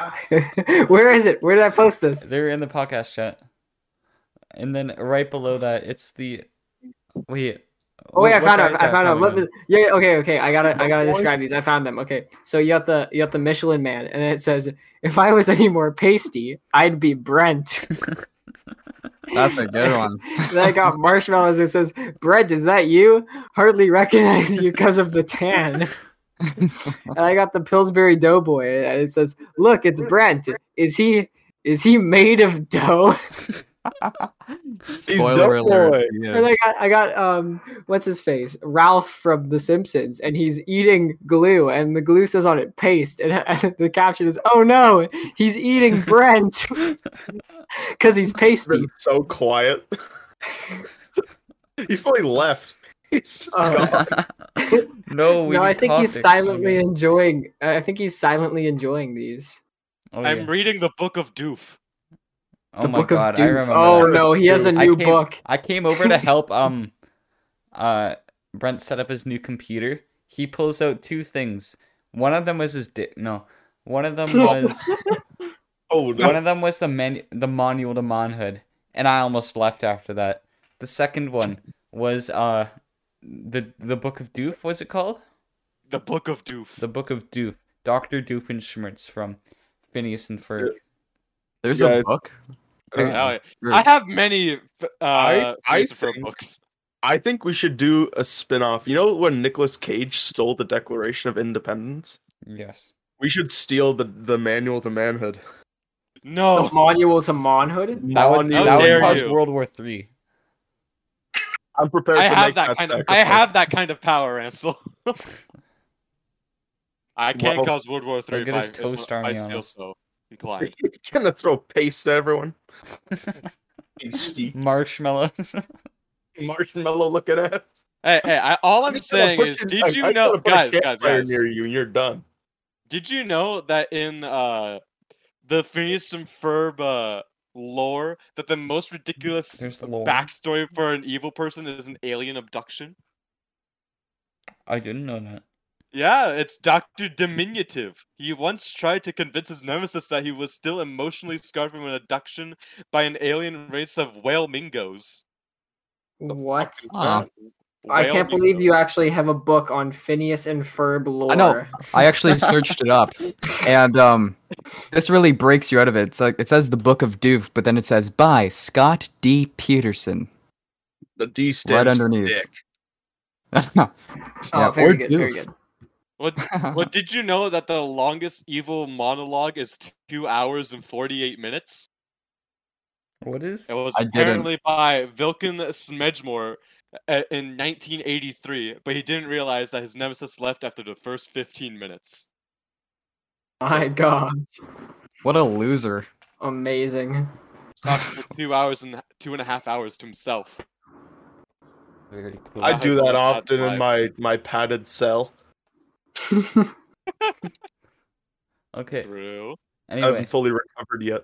Speaker 3: Where is it? Where did I post this?
Speaker 2: They're in the podcast chat. And then right below that, it's the wait.
Speaker 3: Oh wait, I
Speaker 2: what
Speaker 3: found
Speaker 2: guy
Speaker 3: it.
Speaker 2: is
Speaker 3: I
Speaker 2: that
Speaker 3: found it.
Speaker 2: coming
Speaker 3: Let
Speaker 2: on?
Speaker 3: me, yeah, yeah, okay, okay. I gotta, I gotta
Speaker 1: Boy.
Speaker 3: describe these. I found them. Okay, so you got the, you got the Michelin Man, and it says, "If I was any more pasty, I'd be Brent."
Speaker 5: it? That's a good one.
Speaker 3: then I got marshmallows. It says, "Brent, is that you? Hardly recognize you because of the tan." and I got the Pillsbury Doughboy, and it says, "Look, it's Brent. Is he, is he made of dough?"
Speaker 5: Spoiler
Speaker 1: dope boy.
Speaker 5: alert.
Speaker 3: And I
Speaker 5: yes.
Speaker 3: got, I got, um, what's his face? Ralph from The Simpsons, and he's eating glue, and the glue says on it paste, and, and the caption is, "Oh no, he's eating Brent because he's
Speaker 1: He's
Speaker 3: pasty."
Speaker 1: been so quiet. He's probably left. He's just
Speaker 3: Oh.
Speaker 1: gone.
Speaker 2: no, Oh, we
Speaker 3: no, I
Speaker 2: need
Speaker 3: think he's
Speaker 2: topics,
Speaker 3: silently
Speaker 2: okay.
Speaker 3: enjoying. uh, I I think he's silently enjoying these.
Speaker 2: Oh, yeah.
Speaker 4: I'm reading the Book of Doof.
Speaker 2: oh
Speaker 3: The
Speaker 2: my
Speaker 3: Book of
Speaker 2: god, I
Speaker 3: Doof.
Speaker 2: remember.
Speaker 3: Oh
Speaker 2: that.
Speaker 3: no, he has a
Speaker 1: Doof.
Speaker 2: I
Speaker 3: new
Speaker 2: came-
Speaker 3: book.
Speaker 2: I came over to help um uh Brent set up his new computer. He pulls out two things. One of them was his dick. No. One of them was
Speaker 1: Oh
Speaker 2: one
Speaker 1: no!
Speaker 2: of them was the menu the manual to manhood, and I almost left after that. The second one was uh the the book of doof was it called?
Speaker 4: The Book of Doof.
Speaker 2: The book of doof. Dr. Doofenshmirtz from Phineas and Ferb.
Speaker 5: There's
Speaker 1: guys.
Speaker 5: a book.
Speaker 2: Or-
Speaker 4: Oh,
Speaker 5: Or-
Speaker 4: I have many f- uh,
Speaker 1: I- I
Speaker 4: Phineas and Ferb
Speaker 1: think-
Speaker 4: books.
Speaker 1: I think we should do a spin-off. You know when Nicolas Cage stole the Declaration of Independence?
Speaker 2: Yes.
Speaker 1: We should steal the the Manual to Manhood.
Speaker 4: No,
Speaker 5: Oh.
Speaker 3: The manual to manhood.
Speaker 2: That would,
Speaker 1: Manual
Speaker 2: that
Speaker 4: How
Speaker 1: to
Speaker 2: would
Speaker 4: dare
Speaker 2: cause
Speaker 1: Manhood.
Speaker 4: you.
Speaker 2: World War Three.
Speaker 1: I'm prepared.
Speaker 4: I
Speaker 1: to
Speaker 4: have
Speaker 1: make
Speaker 4: that kind of. I
Speaker 1: sacrifice.
Speaker 4: have that kind of power, Ansel. I can't
Speaker 1: Well,
Speaker 4: cause World War Three
Speaker 2: look
Speaker 4: if
Speaker 2: at
Speaker 4: I,
Speaker 2: his
Speaker 4: it's
Speaker 2: toast
Speaker 4: what I
Speaker 2: army on
Speaker 4: feel
Speaker 2: us.
Speaker 4: so inclined.
Speaker 1: You're gonna throw paste at everyone. Hasty.
Speaker 2: Marshmallows.
Speaker 1: marshmallow looking ass.
Speaker 4: Hey, hey, I, all I'm
Speaker 1: You gotta
Speaker 4: saying
Speaker 1: put
Speaker 4: is,
Speaker 1: your-
Speaker 4: did you
Speaker 1: I- I
Speaker 4: know,
Speaker 1: gotta put a
Speaker 4: guys, guys,
Speaker 1: campfire
Speaker 4: guys,
Speaker 1: near you and you're done.
Speaker 4: did you know that in uh the Phineas and Ferb uh, lore, that the most ridiculous
Speaker 2: There's the lore.
Speaker 4: backstory for an evil person is an alien abduction?
Speaker 2: I didn't know that.
Speaker 4: Yeah, it's Dr. Diminutive. He once tried to convince his nemesis that he was still emotionally scarred from an abduction by an alien race of whale mingos.
Speaker 3: What?
Speaker 5: Aw.
Speaker 3: I
Speaker 4: Whale
Speaker 3: can't believe
Speaker 4: mingos.
Speaker 3: you actually have a book on Phineas and Ferb lore.
Speaker 5: I know. I actually searched it up, and um, this really breaks you out of it. It's like it says the Book of Doof, but then it says by Scott D. Peterson.
Speaker 1: The D stands for
Speaker 5: underneath.
Speaker 1: dick.
Speaker 5: yeah,
Speaker 3: Oh,
Speaker 5: or
Speaker 3: very good, very
Speaker 5: doof.
Speaker 3: good.
Speaker 4: What Well, did you know that the longest evil monologue is two hours and 48 minutes?
Speaker 2: What is?
Speaker 4: It was
Speaker 5: I didn't.
Speaker 4: apparently by Vilken Smedjmore uh, in 1983, but he didn't realize that his nemesis left after the first 15 minutes.
Speaker 3: My God,
Speaker 5: what a loser.
Speaker 3: amazing.
Speaker 4: Talking for two hours and two and a half hours to himself.
Speaker 2: Very cool.
Speaker 1: I
Speaker 4: Wow,
Speaker 1: do
Speaker 4: that's
Speaker 1: that
Speaker 4: a lot of
Speaker 1: often in my
Speaker 4: life.
Speaker 1: my padded cell.
Speaker 2: Okay.
Speaker 4: True.
Speaker 1: I
Speaker 2: Anyway,
Speaker 1: haven't fully recovered yet.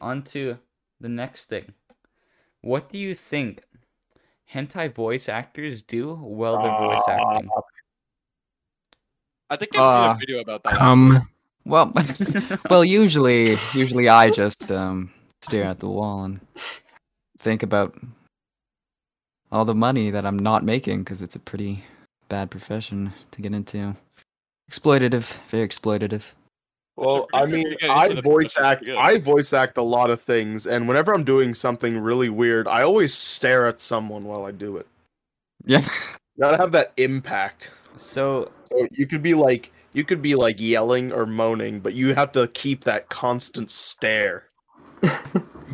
Speaker 2: on to the next thing. What do you think hentai voice actors do while they're voice
Speaker 1: Ah.
Speaker 2: acting?
Speaker 4: I think I've seen
Speaker 5: Ah,
Speaker 4: a video about that. actually.
Speaker 3: Uh, Come.
Speaker 5: Well, well, usually, usually I just um stare at the wall and think about all the money that I'm not making because it's a pretty bad profession to get into. Exploitative, very exploitative.
Speaker 1: Well,
Speaker 4: pretty
Speaker 1: I
Speaker 4: good way to
Speaker 1: mean,
Speaker 4: get into
Speaker 1: I
Speaker 4: the
Speaker 1: voice
Speaker 4: profession,
Speaker 1: act.
Speaker 4: yeah.
Speaker 1: I voice act a lot of things, and whenever I'm doing something really weird, I always stare at someone while I do it.
Speaker 5: Yeah.
Speaker 1: Gotta have that impact.
Speaker 2: so
Speaker 1: So you could be like, you could be like yelling or moaning, but you have to keep that constant stare. You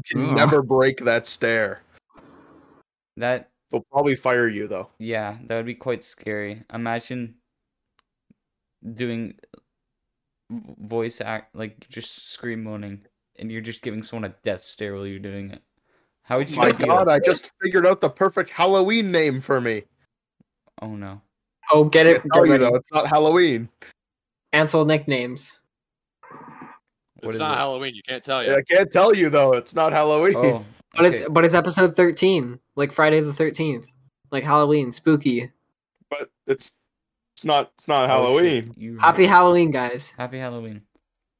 Speaker 1: can
Speaker 5: Ugh.
Speaker 1: never break that stare.
Speaker 2: that
Speaker 1: They'll probably fire you though.
Speaker 2: yeah, that would be quite scary. Imagine doing v- voice act like just scream moaning and you're just giving someone a death stare while you're doing it. How would you
Speaker 1: My
Speaker 2: feel?
Speaker 1: God, I just figured out the perfect Halloween name for me.
Speaker 2: Oh no.
Speaker 3: Oh, get it. Get
Speaker 1: Tell you
Speaker 3: ready.
Speaker 1: though, it's not Halloween.
Speaker 3: Ansel nicknames.
Speaker 2: What
Speaker 4: it's
Speaker 2: is
Speaker 4: not
Speaker 2: it?
Speaker 4: Halloween. You can't tell yet.
Speaker 1: I can't tell you though, it's not Halloween.
Speaker 2: Oh,
Speaker 3: But
Speaker 2: okay.
Speaker 3: it's but it's episode thirteen, like Friday the thirteenth, like Halloween, spooky.
Speaker 1: But it's it's not it's not
Speaker 2: Oh, shit,
Speaker 1: Halloween.
Speaker 2: you right.
Speaker 3: Happy Halloween, guys.
Speaker 2: Happy Halloween.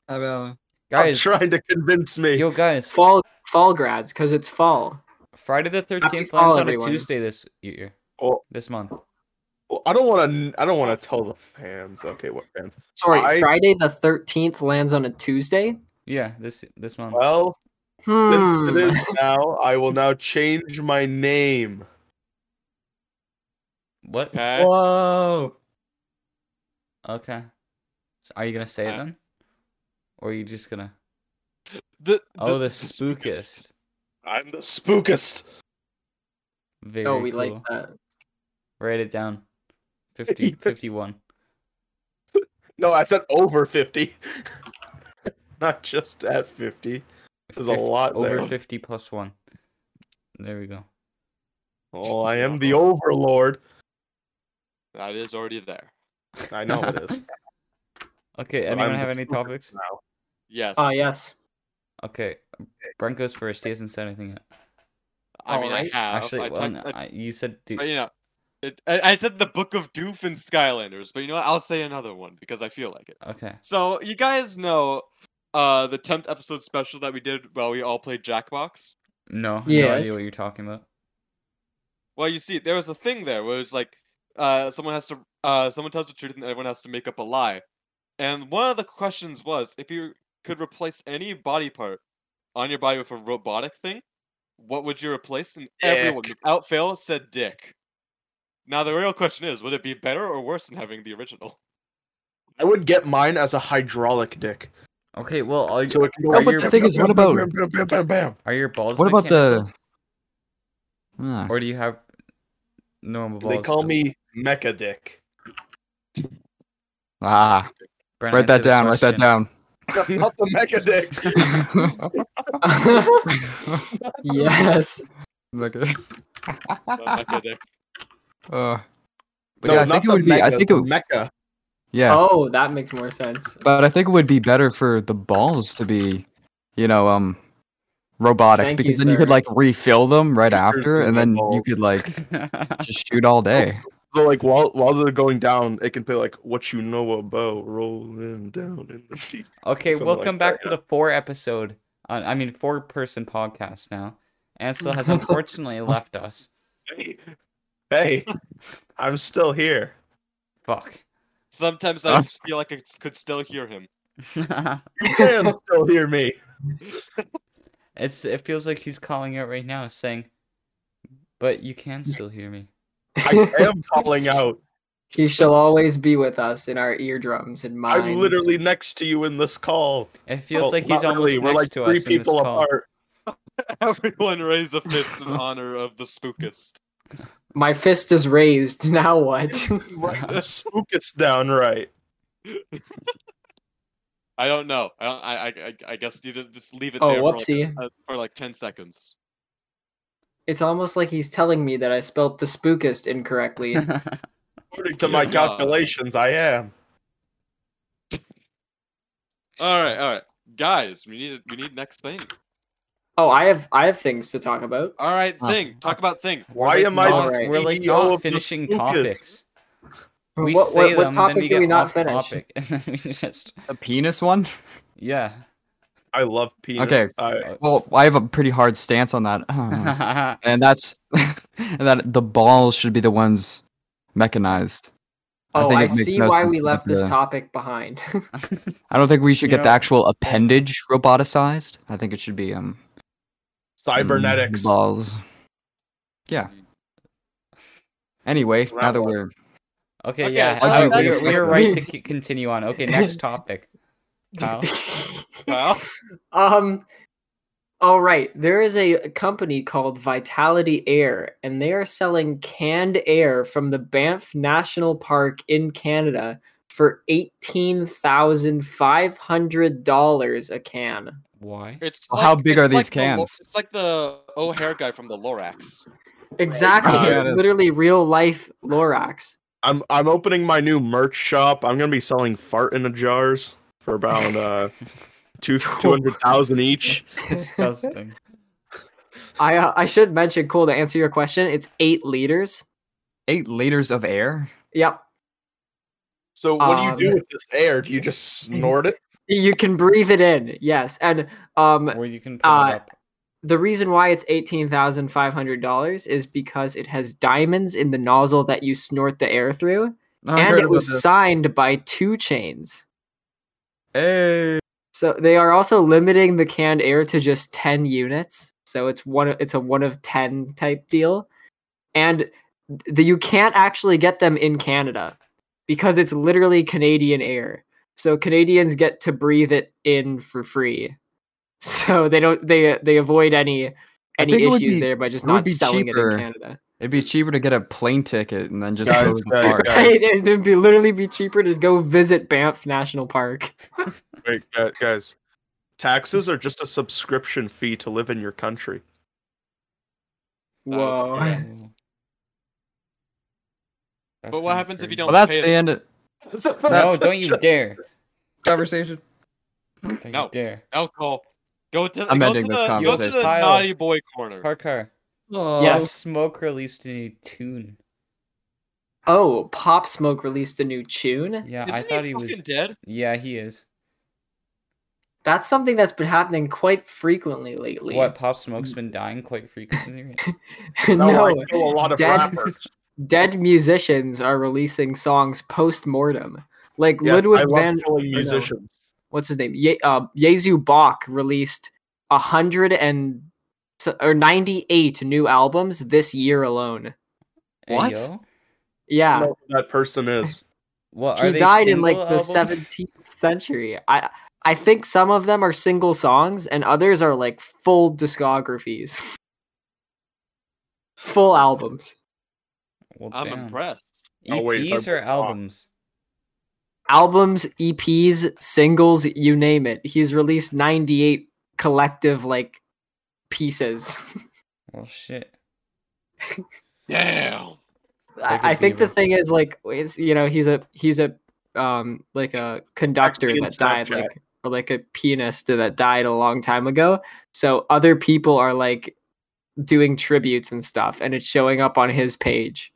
Speaker 1: Guys,
Speaker 2: Guys,
Speaker 1: trying to convince me.
Speaker 2: yo guys,
Speaker 3: Fall fall grads, cause it's fall.
Speaker 2: Friday the 13th
Speaker 3: fall,
Speaker 2: lands on a
Speaker 3: everyone.
Speaker 2: Tuesday this year,
Speaker 1: Well,
Speaker 2: this month.
Speaker 1: well, I don't want to. I don't want to tell the fans. Okay, what fans?
Speaker 3: Sorry,
Speaker 1: I-
Speaker 3: Friday the thirteenth lands on a Tuesday.
Speaker 2: Yeah, this this month.
Speaker 1: Well,
Speaker 3: Hmm.
Speaker 1: since it is now, I will now change my name.
Speaker 2: What?
Speaker 4: Okay.
Speaker 5: Whoa.
Speaker 2: Okay. So are you gonna say it
Speaker 4: Uh,
Speaker 2: then, or are you just gonna?
Speaker 4: The, the,
Speaker 2: Oh, the spookest.
Speaker 1: I'm the spookest.
Speaker 2: Very
Speaker 3: Oh, we like
Speaker 2: cool.
Speaker 3: that.
Speaker 2: Write it down. 50, 51.
Speaker 1: No, I said over fifty, not just at fifty. There's a
Speaker 2: Fif-
Speaker 1: lot
Speaker 2: over
Speaker 1: there.
Speaker 2: fifty plus one. There we go.
Speaker 1: Oh, I am the overlord.
Speaker 4: That is already there.
Speaker 1: I know it is.
Speaker 2: Okay.
Speaker 1: But
Speaker 2: Anyone
Speaker 1: I'm
Speaker 2: have
Speaker 1: the
Speaker 2: any
Speaker 1: spookest
Speaker 2: topics?
Speaker 1: now.
Speaker 4: Yes.
Speaker 3: Oh yes.
Speaker 2: Okay. Brent goes first. He hasn't said anything yet.
Speaker 4: I mean,
Speaker 3: alright.
Speaker 4: I have.
Speaker 2: Actually,
Speaker 4: I
Speaker 2: well,
Speaker 4: tec-
Speaker 2: no,
Speaker 4: I
Speaker 2: I- you said do.
Speaker 1: Oh,
Speaker 4: But you know, it, I, I said the Book of Doof and Skylanders, but you know what? I'll say another one because I feel like it.
Speaker 2: Okay.
Speaker 4: So you guys know uh the tenth episode special that we did while we all played Jackbox.
Speaker 2: No. No
Speaker 3: Yes.
Speaker 2: idea what you're talking about.
Speaker 4: Well, you see, there was a thing there where it's like uh someone has to uh someone tells the truth and everyone has to make up a lie. And one of the questions was if you could replace any body part on your body with a robotic thing, what would you replace? And everyone
Speaker 1: Dick.
Speaker 4: without fail said dick. Now the real question is, would it be better or worse than having the original?
Speaker 1: I would get mine as a hydraulic dick.
Speaker 2: Okay. Well, are,
Speaker 1: So it can go
Speaker 2: No,
Speaker 1: like-
Speaker 2: but the
Speaker 5: thing is, what about-
Speaker 1: bam, bam, bam, bam, bam.
Speaker 2: are your balls?
Speaker 5: What about
Speaker 2: mechanical,
Speaker 5: the? Ah,
Speaker 2: Or do you have normal balls?
Speaker 1: They call
Speaker 2: still?
Speaker 1: me mecha dick.
Speaker 5: ah,
Speaker 2: Brent,
Speaker 5: write that
Speaker 2: answer the question.
Speaker 5: down. Write that down.
Speaker 1: I'm not the mecha dick.
Speaker 3: yes.
Speaker 5: Look at-
Speaker 4: But Mecca dick.
Speaker 5: Uh, but
Speaker 1: No,
Speaker 5: yeah, I
Speaker 1: not
Speaker 5: think it
Speaker 1: the
Speaker 5: would be. I
Speaker 1: mecha,
Speaker 5: think
Speaker 1: the
Speaker 5: it.
Speaker 1: mecha.
Speaker 5: Yeah,
Speaker 3: Oh, that makes more sense.
Speaker 5: but I think it would be better for the balls to be, you know, um, robotic
Speaker 3: Thank you,
Speaker 5: because then you
Speaker 3: sir.
Speaker 5: could like refill them right
Speaker 1: Here's
Speaker 5: after,
Speaker 1: the
Speaker 5: and then you
Speaker 1: balls.
Speaker 5: could like just shoot all day.
Speaker 1: So like while while they're going down, it can play like what you know about rolling down in the deep.
Speaker 2: okay,
Speaker 1: Something like
Speaker 2: welcome
Speaker 1: that,
Speaker 2: back to the four episode. Uh, I mean, four person podcast now. Ansel has unfortunately left us.
Speaker 1: Hey, I'm still here.
Speaker 2: Fuck.
Speaker 4: Sometimes I feel like I s- could still hear him.
Speaker 1: You can still hear me.
Speaker 2: it's it feels like he's calling out right now, saying, "But you can still hear me."
Speaker 1: I am calling out.
Speaker 3: He shall always be with us in our eardrums and minds.
Speaker 1: I'm literally next to you in this call.
Speaker 2: It feels
Speaker 1: Well,
Speaker 2: like he's
Speaker 1: not
Speaker 2: almost
Speaker 1: really,
Speaker 2: next
Speaker 1: We're like
Speaker 2: to
Speaker 1: three
Speaker 2: us
Speaker 1: people
Speaker 2: in this call.
Speaker 1: apart.
Speaker 4: Everyone raise a fist in honor of the spookest.
Speaker 3: My fist is raised. Now what?
Speaker 1: Right, the spook is down right.
Speaker 4: I don't know. I don't, I, I I- I guess you did- just leave it
Speaker 3: oh,
Speaker 4: there for like,
Speaker 3: whoopsie.
Speaker 4: uh, for like ten seconds.
Speaker 3: It's almost like he's telling me that I spelt the spookest incorrectly.
Speaker 1: According to my
Speaker 4: Yeah.
Speaker 1: calculations, I am.
Speaker 4: All right, all right, guys. We need we need next thing.
Speaker 3: oh, I have I have things to talk about.
Speaker 4: All right,
Speaker 5: Huh.
Speaker 4: thing. Talk about thing.
Speaker 2: We're
Speaker 1: Why
Speaker 2: like
Speaker 1: am I
Speaker 3: the
Speaker 2: not- We're like
Speaker 1: CEO
Speaker 2: not
Speaker 1: of the
Speaker 2: finishing
Speaker 1: Spookist?
Speaker 2: topics. We
Speaker 3: what,
Speaker 2: say
Speaker 3: what, what
Speaker 2: them,
Speaker 3: topic
Speaker 2: then we
Speaker 3: do
Speaker 2: get
Speaker 3: we not
Speaker 2: off
Speaker 3: finish?
Speaker 2: topic, and then we just
Speaker 5: The penis one.
Speaker 2: yeah.
Speaker 1: I love penis. Uh,
Speaker 5: Okay.
Speaker 1: I-
Speaker 5: Well, I have a pretty hard stance on that, Um,
Speaker 2: Uh-huh.
Speaker 5: and that's and that the balls should be the ones mechanized. I
Speaker 3: Oh,
Speaker 5: think
Speaker 3: I,
Speaker 5: it makes
Speaker 3: see
Speaker 5: no
Speaker 3: why
Speaker 5: sense
Speaker 3: we
Speaker 5: to
Speaker 3: left
Speaker 5: have
Speaker 3: this
Speaker 5: the-
Speaker 3: topic behind.
Speaker 5: I don't think we should
Speaker 2: You
Speaker 5: get the
Speaker 2: know-
Speaker 5: actual appendage roboticized. I think it should be um mm,
Speaker 1: cybernetics.
Speaker 5: balls. Yeah. Anyway, now that
Speaker 1: Wow.
Speaker 5: we're
Speaker 2: okay,
Speaker 4: Okay,
Speaker 2: yeah.
Speaker 4: well,
Speaker 2: uh,
Speaker 5: that-
Speaker 2: we're,
Speaker 5: that's-
Speaker 2: we're right to c- continue on. Okay, next topic. Kyle.
Speaker 4: Well,
Speaker 3: um all right, there is a company called Vitality Air and they are selling canned air from the Banff National Park in Canada for $18,500 a can.
Speaker 2: Why?
Speaker 4: it's
Speaker 5: Well, how
Speaker 4: like-
Speaker 5: big are
Speaker 4: it's like
Speaker 5: these
Speaker 4: the Lo-
Speaker 5: cans?
Speaker 4: it's like the O'Hare guy from the Lorax.
Speaker 3: Exactly.
Speaker 5: Ah,
Speaker 3: it's
Speaker 5: that is-
Speaker 3: literally real life Lorax.
Speaker 1: I'm I'm opening my new merch shop. I'm gonna be selling fart in the jars for about uh two two hundred thousand each.
Speaker 2: It's disgusting.
Speaker 3: I uh, I should mention cool to answer your question, it's 8 liters.
Speaker 5: eight liters of air.
Speaker 3: Yep.
Speaker 1: So what do
Speaker 3: Um,
Speaker 1: you do with this air? Do you just snort it?
Speaker 3: You can breathe it in. Yes. And um
Speaker 2: Or you can put
Speaker 3: Uh,
Speaker 2: it up.
Speaker 3: the reason why it's eighteen thousand five hundred dollars is because it has diamonds in the nozzle that you snort the air through, and it was signed by Two Chains.
Speaker 5: hey.
Speaker 3: So they are also limiting the canned air to just ten units. So it's one. o- It's a one of ten type deal, and the, you can't actually get them in Canada because it's literally Canadian air. So Canadians get to breathe it in for free. So they don't. They they avoid any any
Speaker 5: think it would
Speaker 3: issues
Speaker 5: be-
Speaker 3: there by just
Speaker 5: it would
Speaker 3: not
Speaker 5: be
Speaker 3: selling it
Speaker 5: cheaper.
Speaker 3: in Canada.
Speaker 5: It'd be cheaper to get a plane ticket and then just
Speaker 1: Guys,
Speaker 5: go to the
Speaker 1: guys,
Speaker 5: bar.
Speaker 1: guys. Yeah.
Speaker 3: Right? It would be literally be cheaper to go visit Banff National Park.
Speaker 1: Wait, gu- guys. Taxes are just a subscription fee to live in your country.
Speaker 4: That was
Speaker 3: Whoa.
Speaker 4: correct.
Speaker 2: That's
Speaker 4: But what
Speaker 2: not
Speaker 4: happens if
Speaker 2: true.
Speaker 4: you don't?
Speaker 5: Well, that's
Speaker 4: pay
Speaker 5: the end of
Speaker 2: No, don't you dare.
Speaker 5: conversation.
Speaker 2: Don't you
Speaker 4: No.
Speaker 2: dare.
Speaker 4: alcohol? Go to,
Speaker 5: I'm
Speaker 4: go to
Speaker 5: ending this
Speaker 4: the go to the
Speaker 5: conversation.
Speaker 2: Kyle.
Speaker 4: naughty boy corner.
Speaker 2: Parker.
Speaker 3: Yes.
Speaker 2: Smoke released a new tune.
Speaker 3: Oh, Pop Smoke released a new tune.
Speaker 2: Yeah,
Speaker 4: Isn't
Speaker 2: I thought
Speaker 4: he,
Speaker 2: he
Speaker 4: fucking
Speaker 2: was.
Speaker 4: dead?
Speaker 2: Yeah, he is.
Speaker 3: That's something that's been happening quite frequently lately.
Speaker 2: What Pop Smoke's been dying quite frequently.
Speaker 1: No, I
Speaker 3: no,
Speaker 1: kill a lot of
Speaker 3: Dad-
Speaker 1: rappers.
Speaker 3: dead musicians are releasing songs post mortem. Like
Speaker 1: Yes, I
Speaker 3: Ludwig
Speaker 1: love
Speaker 3: van,
Speaker 1: killing musicians.
Speaker 3: what's his name? Ye- uh, Jesu Bach released a hundred and s- or ninety eight new albums this year alone.
Speaker 2: Hey,
Speaker 5: What?
Speaker 2: yo.
Speaker 1: I
Speaker 3: Yeah,
Speaker 1: don't know who that person is.
Speaker 2: What are
Speaker 3: he
Speaker 2: they
Speaker 3: died in like
Speaker 2: single
Speaker 3: the
Speaker 2: albums?
Speaker 3: seventeenth century. I I think some of them are single songs and others are like full discographies, full albums.
Speaker 2: Well,
Speaker 4: I'm
Speaker 2: damn.
Speaker 4: impressed.
Speaker 1: Oh, wait,
Speaker 2: EPs
Speaker 1: they're
Speaker 2: or albums?
Speaker 3: albums, EPs, singles, you name it. He's released 98 collective like pieces.
Speaker 2: Well, shit.
Speaker 4: Damn.
Speaker 2: Like
Speaker 3: I, I
Speaker 2: with
Speaker 3: think the
Speaker 2: Bieber.
Speaker 3: thing is like it's you know he's a he's a um like a conductor
Speaker 1: in
Speaker 3: that died
Speaker 1: Snapchat.
Speaker 3: like or like a pianist that died a long time ago. So other people are like doing tributes and stuff, and it's showing up on his page,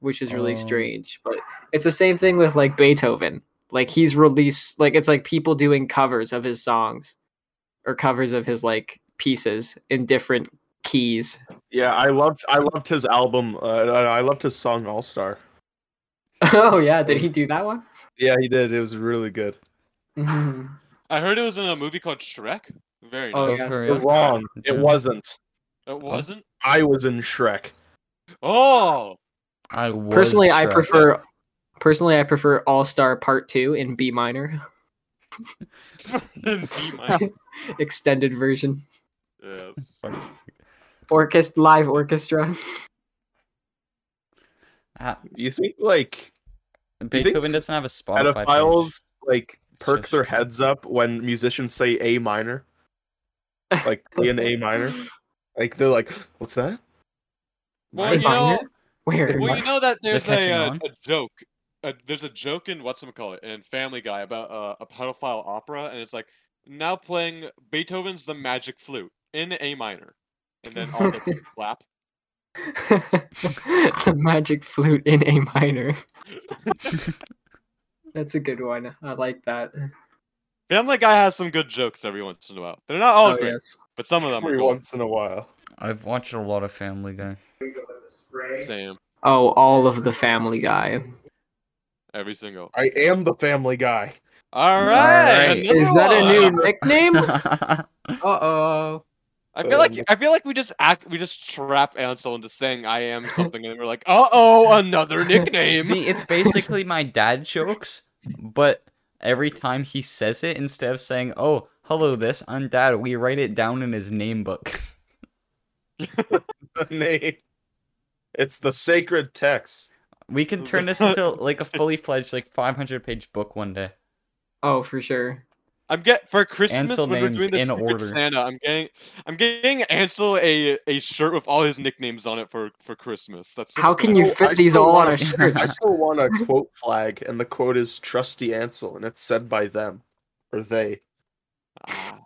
Speaker 3: which is really
Speaker 2: Oh.
Speaker 3: strange. But it's the same thing with like Beethoven. Like he's released like it's like people doing covers of his songs or covers of his like pieces in different keys.
Speaker 1: Yeah, I loved I loved his album. Uh, I I loved his song All Star.
Speaker 3: oh yeah, did he do that one?
Speaker 1: Yeah, he did. It was really good.
Speaker 3: Mhm.
Speaker 4: I heard it was in a movie called Shrek. Very
Speaker 3: Oh,
Speaker 4: nice.
Speaker 3: yes.
Speaker 1: You're wrong. It wasn't.
Speaker 5: uh-huh.
Speaker 4: It wasn't.
Speaker 1: I was in Shrek.
Speaker 4: Oh,
Speaker 2: I was
Speaker 3: personally i
Speaker 2: shocked.
Speaker 3: prefer personally i prefer all star part two in b minor
Speaker 4: in B minor.
Speaker 3: extended version
Speaker 4: yes.
Speaker 3: orchest live orchestra
Speaker 2: Ah,
Speaker 1: You think like
Speaker 2: Beethoven doesn't have a Spotify. page.
Speaker 1: pedophiles like perk
Speaker 2: Shush.
Speaker 1: their heads up when musicians say A minor? Like play an A minor? Like they're like, what's that?
Speaker 4: Well,
Speaker 3: B
Speaker 4: you know,
Speaker 3: minor? where
Speaker 4: well, you know that there's a,
Speaker 2: catching
Speaker 4: uh
Speaker 2: on?
Speaker 4: a joke. Uh there's a joke in what's call it in Family Guy about uh, a pedophile opera, and it's like now playing Beethoven's The Magic Flute in A minor, and then all the people clap.
Speaker 3: the magic flute in a minor that's a good one i like that
Speaker 4: Family Guy has some good jokes every once in a while. They're not all
Speaker 3: oh
Speaker 4: great,
Speaker 3: yes
Speaker 4: but some of them are
Speaker 1: Every
Speaker 4: cool.
Speaker 1: once in a while.
Speaker 2: I've watched a lot of Family Guy.
Speaker 4: Same,
Speaker 3: oh all of the family guy
Speaker 4: every single.
Speaker 1: I am the family guy.
Speaker 4: All right,
Speaker 2: right.
Speaker 4: another
Speaker 3: is that a
Speaker 4: one.
Speaker 3: new nickname
Speaker 5: Uh-oh.
Speaker 4: I feel like
Speaker 1: Um,
Speaker 4: I feel like we just act we just trap Ansel into saying I am something and we're like, uh oh, another nickname.
Speaker 2: See, it's basically my dad jokes, but every time he says it, instead of saying, "Oh, hello, this I'm dad," we write it down in his name book.
Speaker 1: Name. It's the sacred text.
Speaker 2: We can turn this into like a fully fledged, like 500 page book one day.
Speaker 3: oh for sure
Speaker 4: I'm get for Christmas
Speaker 2: Ansel
Speaker 4: when we're
Speaker 2: names
Speaker 4: doing
Speaker 2: in
Speaker 4: this Secret
Speaker 2: order.
Speaker 4: Santa. I'm getting I'm getting Ansel a a shirt with all his nicknames on it for for Christmas. That's just
Speaker 3: how can you
Speaker 1: Oh, I
Speaker 3: fit these
Speaker 1: still
Speaker 3: all on
Speaker 1: wanna-
Speaker 3: a shirt
Speaker 1: I still want a quote flag, and the quote is "Trusty Ansel," and it's said by them or they,
Speaker 4: Ah,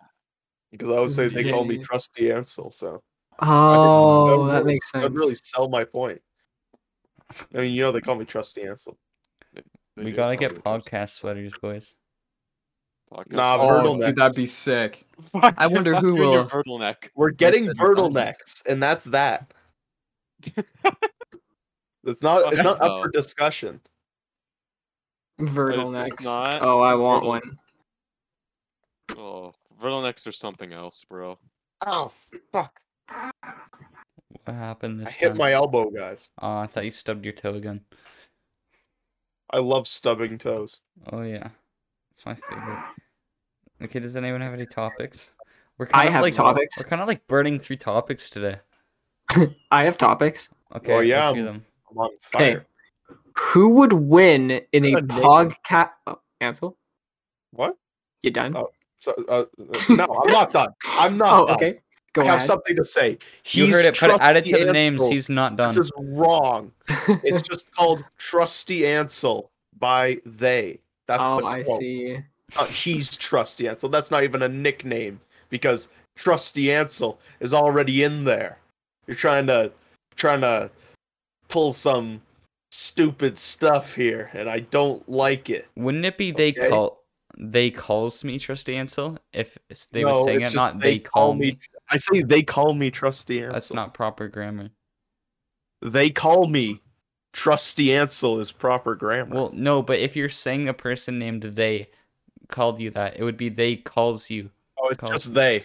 Speaker 1: because I would say they call me
Speaker 3: Yeah.
Speaker 1: Trusty Ansel. So I think would
Speaker 3: oh that
Speaker 1: really-
Speaker 3: makes sense
Speaker 1: Would really sell my point. I mean, you know, they call me Trusty Ansel.
Speaker 4: they
Speaker 2: we
Speaker 4: do
Speaker 2: gotta get
Speaker 4: probably just
Speaker 2: podcast sweaters, boys.
Speaker 4: podcast.
Speaker 1: Nah,
Speaker 4: Oh,
Speaker 1: Virgil
Speaker 5: Oh,
Speaker 1: next.
Speaker 5: dude, that'd be sick.
Speaker 4: fuck
Speaker 5: I
Speaker 4: you,
Speaker 5: wonder
Speaker 4: fuck
Speaker 5: who
Speaker 4: you and your
Speaker 5: will-
Speaker 4: Virgil neck.
Speaker 1: We're getting
Speaker 5: the
Speaker 1: Virtle
Speaker 5: design.
Speaker 1: necks, and that's that. it's not. It's not up for discussion.
Speaker 3: Virgil
Speaker 4: But it's
Speaker 3: next
Speaker 4: not
Speaker 3: oh i want
Speaker 4: Virgil.
Speaker 3: one
Speaker 4: Oh, Virgil necks or something else, bro.
Speaker 1: Oh fuck!
Speaker 2: What happened this
Speaker 1: I hit
Speaker 2: time?
Speaker 1: my elbow, guys.
Speaker 2: Oh, I thought you stubbed your toe again.
Speaker 1: I love stubbing toes.
Speaker 2: Oh yeah, it's my favorite. Okay, does anyone have any topics? We're
Speaker 3: I
Speaker 2: kinda
Speaker 3: have
Speaker 2: like,
Speaker 3: topics.
Speaker 2: We're kind of like burning through topics today.
Speaker 3: i have topics
Speaker 2: Okay,
Speaker 1: Well, yeah,
Speaker 2: let's do
Speaker 1: um,
Speaker 2: them.
Speaker 1: I'm on
Speaker 3: Okay.
Speaker 1: fire.
Speaker 3: Who would win in a
Speaker 1: Good name.
Speaker 3: podcast? Oh, Ansel,
Speaker 1: What?
Speaker 3: you done?
Speaker 1: Oh, So, uh, no, I'm not done. I'm not.
Speaker 3: Oh,
Speaker 1: done.
Speaker 3: okay. Go
Speaker 1: I have
Speaker 3: ahead.
Speaker 1: something to say.
Speaker 2: You heard it, but add it
Speaker 1: Trusty
Speaker 2: to the names.
Speaker 1: Ansel.
Speaker 2: He's not done.
Speaker 1: This is wrong. It's just called Trusty Ansel by they. That's
Speaker 3: oh,
Speaker 1: the quote.
Speaker 3: I see.
Speaker 1: Uh, he's Trusty Ansel. That's not even a nickname because Trusty Ansel is already in there. You're trying to trying to pull some stupid stuff here, and I don't like it.
Speaker 2: Wouldn't it be they
Speaker 1: Okay.
Speaker 2: call they calls me Trusty Ansel if s- they
Speaker 1: No,
Speaker 2: were
Speaker 1: it's
Speaker 2: saying it,
Speaker 1: just
Speaker 2: not they, call me.
Speaker 1: I say they call me Trusty Ansel.
Speaker 2: That's not proper grammar.
Speaker 1: They call me Trusty Ansel is proper grammar.
Speaker 2: Well, no, but if you're saying a person named they called you that, it would be they calls you.
Speaker 1: oh, it's
Speaker 2: call-
Speaker 1: just they.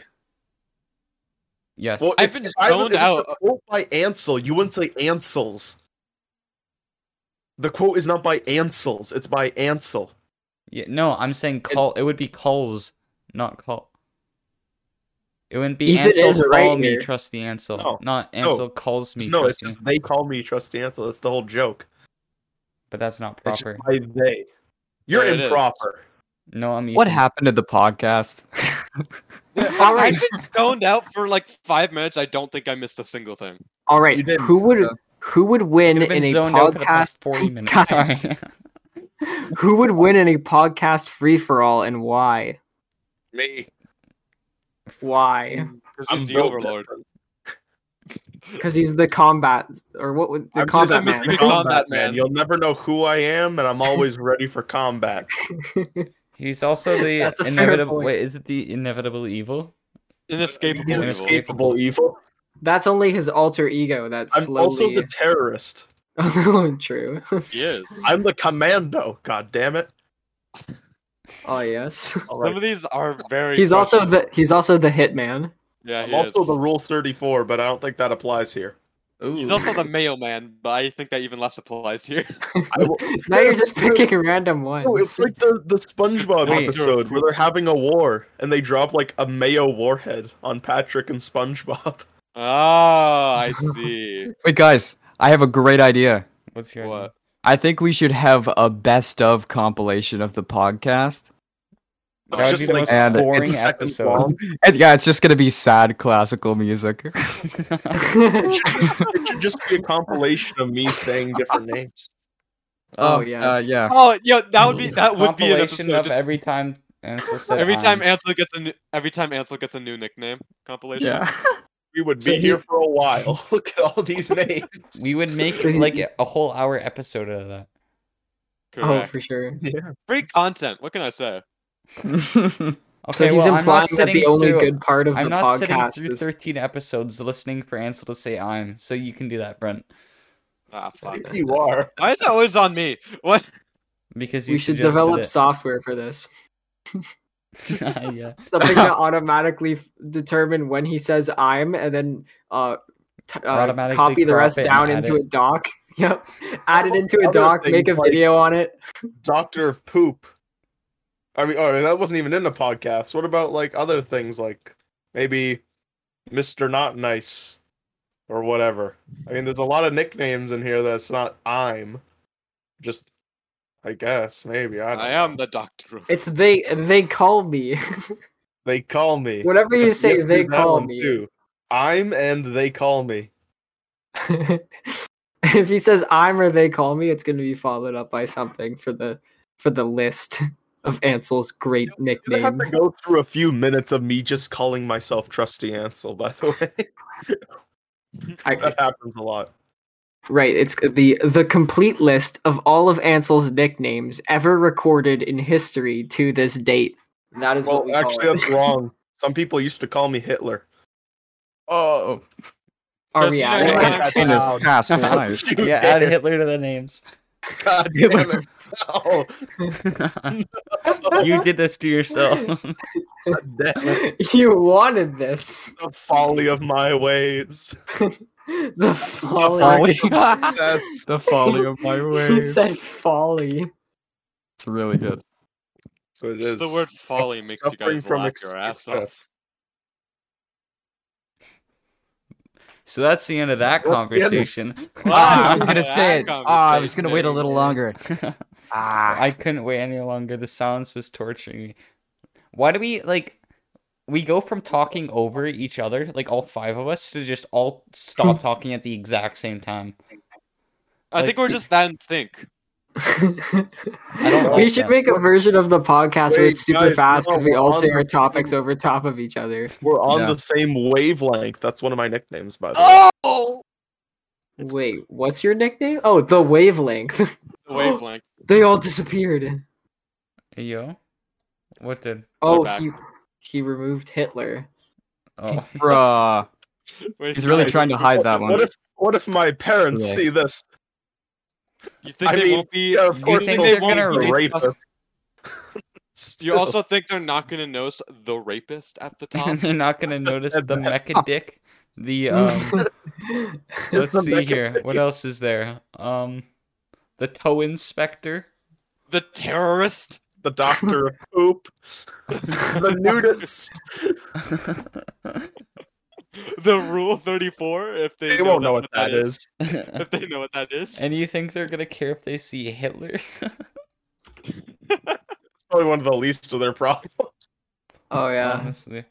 Speaker 2: Yes.
Speaker 1: Well,
Speaker 4: I've
Speaker 1: if-
Speaker 4: been
Speaker 1: if I- if
Speaker 4: zoned
Speaker 1: it's a
Speaker 4: out.
Speaker 1: Quote by Ansel. You wouldn't say Ansels. The quote is not by Ansels. It's by Ansel.
Speaker 2: yeah, no, I'm saying call. It would be calls, not call. It wouldn't be
Speaker 3: Ethan
Speaker 2: Ansel
Speaker 3: is
Speaker 2: call
Speaker 3: right
Speaker 2: me
Speaker 3: here.
Speaker 2: Trusty Ansel.
Speaker 1: No,
Speaker 2: not Ansel calls me
Speaker 1: no, it's
Speaker 2: Trusty.
Speaker 1: just they call me Trusty Ansel. That's the whole joke.
Speaker 2: But that's not
Speaker 1: It's
Speaker 2: proper.
Speaker 1: just by they. You're
Speaker 4: There it is.
Speaker 1: improper.
Speaker 2: No, I'm.
Speaker 5: What
Speaker 2: Ethan.
Speaker 5: happened to the podcast?
Speaker 4: Yeah, I- I've been stoned out for like five minutes. I don't think I missed a single thing.
Speaker 3: All right,
Speaker 1: You didn't,
Speaker 3: who would
Speaker 5: so-
Speaker 3: who would
Speaker 2: You've
Speaker 3: win in
Speaker 2: been
Speaker 3: a
Speaker 2: zoned out for the
Speaker 3: podcast?
Speaker 2: past 40 minutes.
Speaker 3: podcast.
Speaker 2: Sorry.
Speaker 3: Who would win in a podcast free for all, and why?
Speaker 1: Me.
Speaker 3: Why?
Speaker 4: Because
Speaker 1: I'm
Speaker 4: he's the
Speaker 1: built
Speaker 4: overlord.
Speaker 3: Because he's the combat or what would the
Speaker 1: I'm just
Speaker 3: combat
Speaker 1: Mr.
Speaker 3: man?
Speaker 4: Mr.
Speaker 1: Combat
Speaker 4: Combat
Speaker 1: man.
Speaker 4: Man.
Speaker 1: You'll never know who I am, and I'm always ready for combat.
Speaker 2: He's also the
Speaker 3: That's a fair
Speaker 2: inevitable.
Speaker 3: point.
Speaker 2: Wait, is it the inevitable evil?
Speaker 4: Inescapable. evil.
Speaker 1: Inescapable evil.
Speaker 3: That's only his alter ego. That's
Speaker 1: I'm
Speaker 3: slowly. Oh,
Speaker 1: also the terrorist.
Speaker 3: True.
Speaker 4: He is.
Speaker 1: I'm the commando. God damn it!
Speaker 3: Oh yes.
Speaker 1: All
Speaker 4: Some
Speaker 1: right.
Speaker 4: of these are very.
Speaker 3: He's also
Speaker 4: questionable.
Speaker 3: the he's also the hitman.
Speaker 4: Yeah,
Speaker 1: I'm
Speaker 4: he is.
Speaker 1: also the rule 34, but I don't think that applies here.
Speaker 2: Ooh.
Speaker 4: He's also the mailman, but I think that even less applies here.
Speaker 1: I will-
Speaker 3: Now you're just picking random
Speaker 2: Oh,
Speaker 1: No,
Speaker 3: ones.
Speaker 1: it's like the, the SpongeBob
Speaker 4: Wait.
Speaker 1: episode where they're having a war and they drop like a mayo warhead on Patrick and SpongeBob.
Speaker 4: Ah, I see.
Speaker 5: Wait, guys, I have a great idea.
Speaker 2: What's your
Speaker 4: what?
Speaker 5: I think we should have a best of compilation of the podcast.
Speaker 2: That
Speaker 1: It's
Speaker 2: would
Speaker 1: just
Speaker 2: be the
Speaker 1: like
Speaker 2: most
Speaker 5: add- it's
Speaker 2: boring
Speaker 1: second
Speaker 2: episode.
Speaker 5: And yeah, it's just gonna be sad classical music.
Speaker 3: Oh,
Speaker 1: it should just be a compilation of me saying different names.
Speaker 3: Oh,
Speaker 5: yeah,
Speaker 3: yes.
Speaker 5: Uh, yeah.
Speaker 4: Oh, yo, that would be
Speaker 2: Just
Speaker 4: that would be an
Speaker 2: compilation
Speaker 4: episode.
Speaker 2: of
Speaker 4: Just
Speaker 2: every time. Ansel said
Speaker 4: every
Speaker 2: I'm.
Speaker 4: time Ansel gets a new, every time Ansel gets a new nickname compilation.
Speaker 5: Yeah.
Speaker 1: We would be
Speaker 3: So
Speaker 1: here
Speaker 3: he-
Speaker 1: for a while. Look at all these names.
Speaker 2: we would make
Speaker 3: So he-
Speaker 2: like a whole hour episode out of that.
Speaker 3: oh,
Speaker 4: Correct.
Speaker 3: for sure.
Speaker 4: Free content. What can I say?
Speaker 2: Okay,
Speaker 3: so he's
Speaker 2: well, I'm
Speaker 3: implying
Speaker 2: not
Speaker 3: that
Speaker 2: sitting
Speaker 3: the only
Speaker 2: through,
Speaker 3: good part of
Speaker 2: I'm
Speaker 3: the
Speaker 2: not
Speaker 3: podcast
Speaker 2: sitting through
Speaker 3: is
Speaker 2: 13 episodes listening for Ansel to say I'm. So you can do that, Brent,
Speaker 4: Ah, fuck.
Speaker 1: If you are.
Speaker 4: Why is it always on me? What?
Speaker 2: because you
Speaker 3: we should
Speaker 2: suggested
Speaker 3: develop
Speaker 2: it.
Speaker 3: software for this.
Speaker 2: yeah.
Speaker 3: Something to automatically f- determine when he says I'm and then uh, t- uh
Speaker 2: Automatically
Speaker 3: copy the
Speaker 2: crop
Speaker 3: rest
Speaker 2: it and
Speaker 3: down
Speaker 2: add
Speaker 3: into
Speaker 2: it.
Speaker 3: a doc. Yep. Add it into a
Speaker 1: Other
Speaker 3: doc, make a
Speaker 1: things like-
Speaker 3: video on it.
Speaker 1: Doctor of Poop. I mean, oh, that wasn't even in the podcast. What about like other things like maybe Mr. Not Nice or whatever? I mean, there's a lot of nicknames in here that's not I'm. Just, I guess, maybe. I, don't
Speaker 4: I
Speaker 1: know.
Speaker 4: am the doctor. of-
Speaker 3: It's they they call me.
Speaker 1: They call me.
Speaker 3: Whatever you
Speaker 1: Yep,
Speaker 3: say,
Speaker 1: yep,
Speaker 3: they
Speaker 1: do that
Speaker 3: call
Speaker 1: one
Speaker 3: me.
Speaker 1: too. I'm and they call me.
Speaker 3: if he says I'm or they call me, it's going to be followed up by something for the for the list of Ansel's great
Speaker 1: I have to
Speaker 3: nicknames.
Speaker 1: go through a few minutes of me just calling myself Trusty Ansel. By the way,
Speaker 3: I,
Speaker 1: that happens a lot.
Speaker 3: right, it's the the complete list of all of Ansel's nicknames ever recorded in history to this date. That is
Speaker 1: Well,
Speaker 3: what we
Speaker 1: actually,
Speaker 3: call it.
Speaker 1: that's wrong. Some people used to call me Hitler.
Speaker 5: oh,
Speaker 3: Are
Speaker 4: Does
Speaker 3: we
Speaker 4: he know
Speaker 3: at
Speaker 4: how
Speaker 3: it?
Speaker 4: to act
Speaker 5: it's in his past life.
Speaker 1: You
Speaker 2: yeah, add
Speaker 1: dare.
Speaker 2: Hitler to the names.
Speaker 1: God damn it! No.
Speaker 2: you did this to yourself.
Speaker 1: God damn it.
Speaker 3: You wanted this.
Speaker 1: The folly of my ways.
Speaker 3: The folly.
Speaker 5: folly.
Speaker 1: Success.
Speaker 5: the folly of my
Speaker 3: He
Speaker 5: ways.
Speaker 3: said folly.
Speaker 5: It's really good.
Speaker 1: So it
Speaker 4: Just
Speaker 1: is.
Speaker 4: the word folly makes you
Speaker 1: Suffering
Speaker 4: guys laugh
Speaker 1: ex-
Speaker 4: your ass off.
Speaker 1: success.
Speaker 2: so that's the end of that
Speaker 1: What's the end of-
Speaker 2: conversation.
Speaker 4: Wow,
Speaker 5: Ah, I was gonna
Speaker 4: Oh, that
Speaker 5: say it. Ah, I was gonna wait a
Speaker 4: conversation.
Speaker 5: little longer. Ah,
Speaker 2: I couldn't wait any longer. The silence was torturing me. Why do we like we go from talking over each other, like all five of us, to just all stop talking at the exact same time?
Speaker 4: I think
Speaker 2: Like-
Speaker 4: we're just that in sync.
Speaker 2: don't
Speaker 3: we
Speaker 2: like
Speaker 3: should
Speaker 2: that.
Speaker 3: make a version of the podcast where
Speaker 1: Wait,
Speaker 3: it's super
Speaker 1: guys,
Speaker 3: fast
Speaker 1: no,
Speaker 3: because we
Speaker 1: we're
Speaker 3: all
Speaker 1: on
Speaker 3: say our
Speaker 1: the
Speaker 3: topics over top of each other.
Speaker 1: We're on
Speaker 5: Yeah.
Speaker 1: the same wavelength. That's one of my nicknames, by the way.
Speaker 4: Oh,
Speaker 3: Wait, what's your nickname? Oh, the wavelength.
Speaker 4: the wavelength.
Speaker 3: they all disappeared.
Speaker 2: Hey, Yo, what did?
Speaker 3: Oh,
Speaker 4: back.
Speaker 3: he he removed Hitler.
Speaker 2: Oh,
Speaker 5: bruh.
Speaker 4: Wait,
Speaker 5: He's really
Speaker 4: guys,
Speaker 5: trying to hide that
Speaker 1: What
Speaker 5: one.
Speaker 1: if what if my parents
Speaker 5: Yeah.
Speaker 1: see this?
Speaker 4: You think
Speaker 1: I
Speaker 4: they
Speaker 1: mean,
Speaker 4: won't be?
Speaker 1: Yeah, of
Speaker 4: you
Speaker 1: course
Speaker 4: think
Speaker 1: they'll
Speaker 4: they
Speaker 2: think they're
Speaker 4: won't
Speaker 2: gonna
Speaker 4: be
Speaker 1: rape
Speaker 4: disgust-
Speaker 1: us.
Speaker 4: You also think they're not gonna notice the rapist at the top?
Speaker 2: and they're not gonna notice
Speaker 1: said
Speaker 2: the mecha dick. The um,
Speaker 1: It's
Speaker 2: let's
Speaker 1: the
Speaker 2: see
Speaker 1: mecha
Speaker 2: here. What else is there? Um, the toe inspector.
Speaker 4: the terrorist.
Speaker 1: the doctor of poop, the nudist.
Speaker 4: the rule 34 if they,
Speaker 1: They won't know what that is.
Speaker 4: if they know what that is
Speaker 2: And you think they're gonna care if they see Hitler?
Speaker 1: It's probably one of the least of their problems.
Speaker 3: Oh
Speaker 2: um,
Speaker 3: yeah.
Speaker 2: Honestly,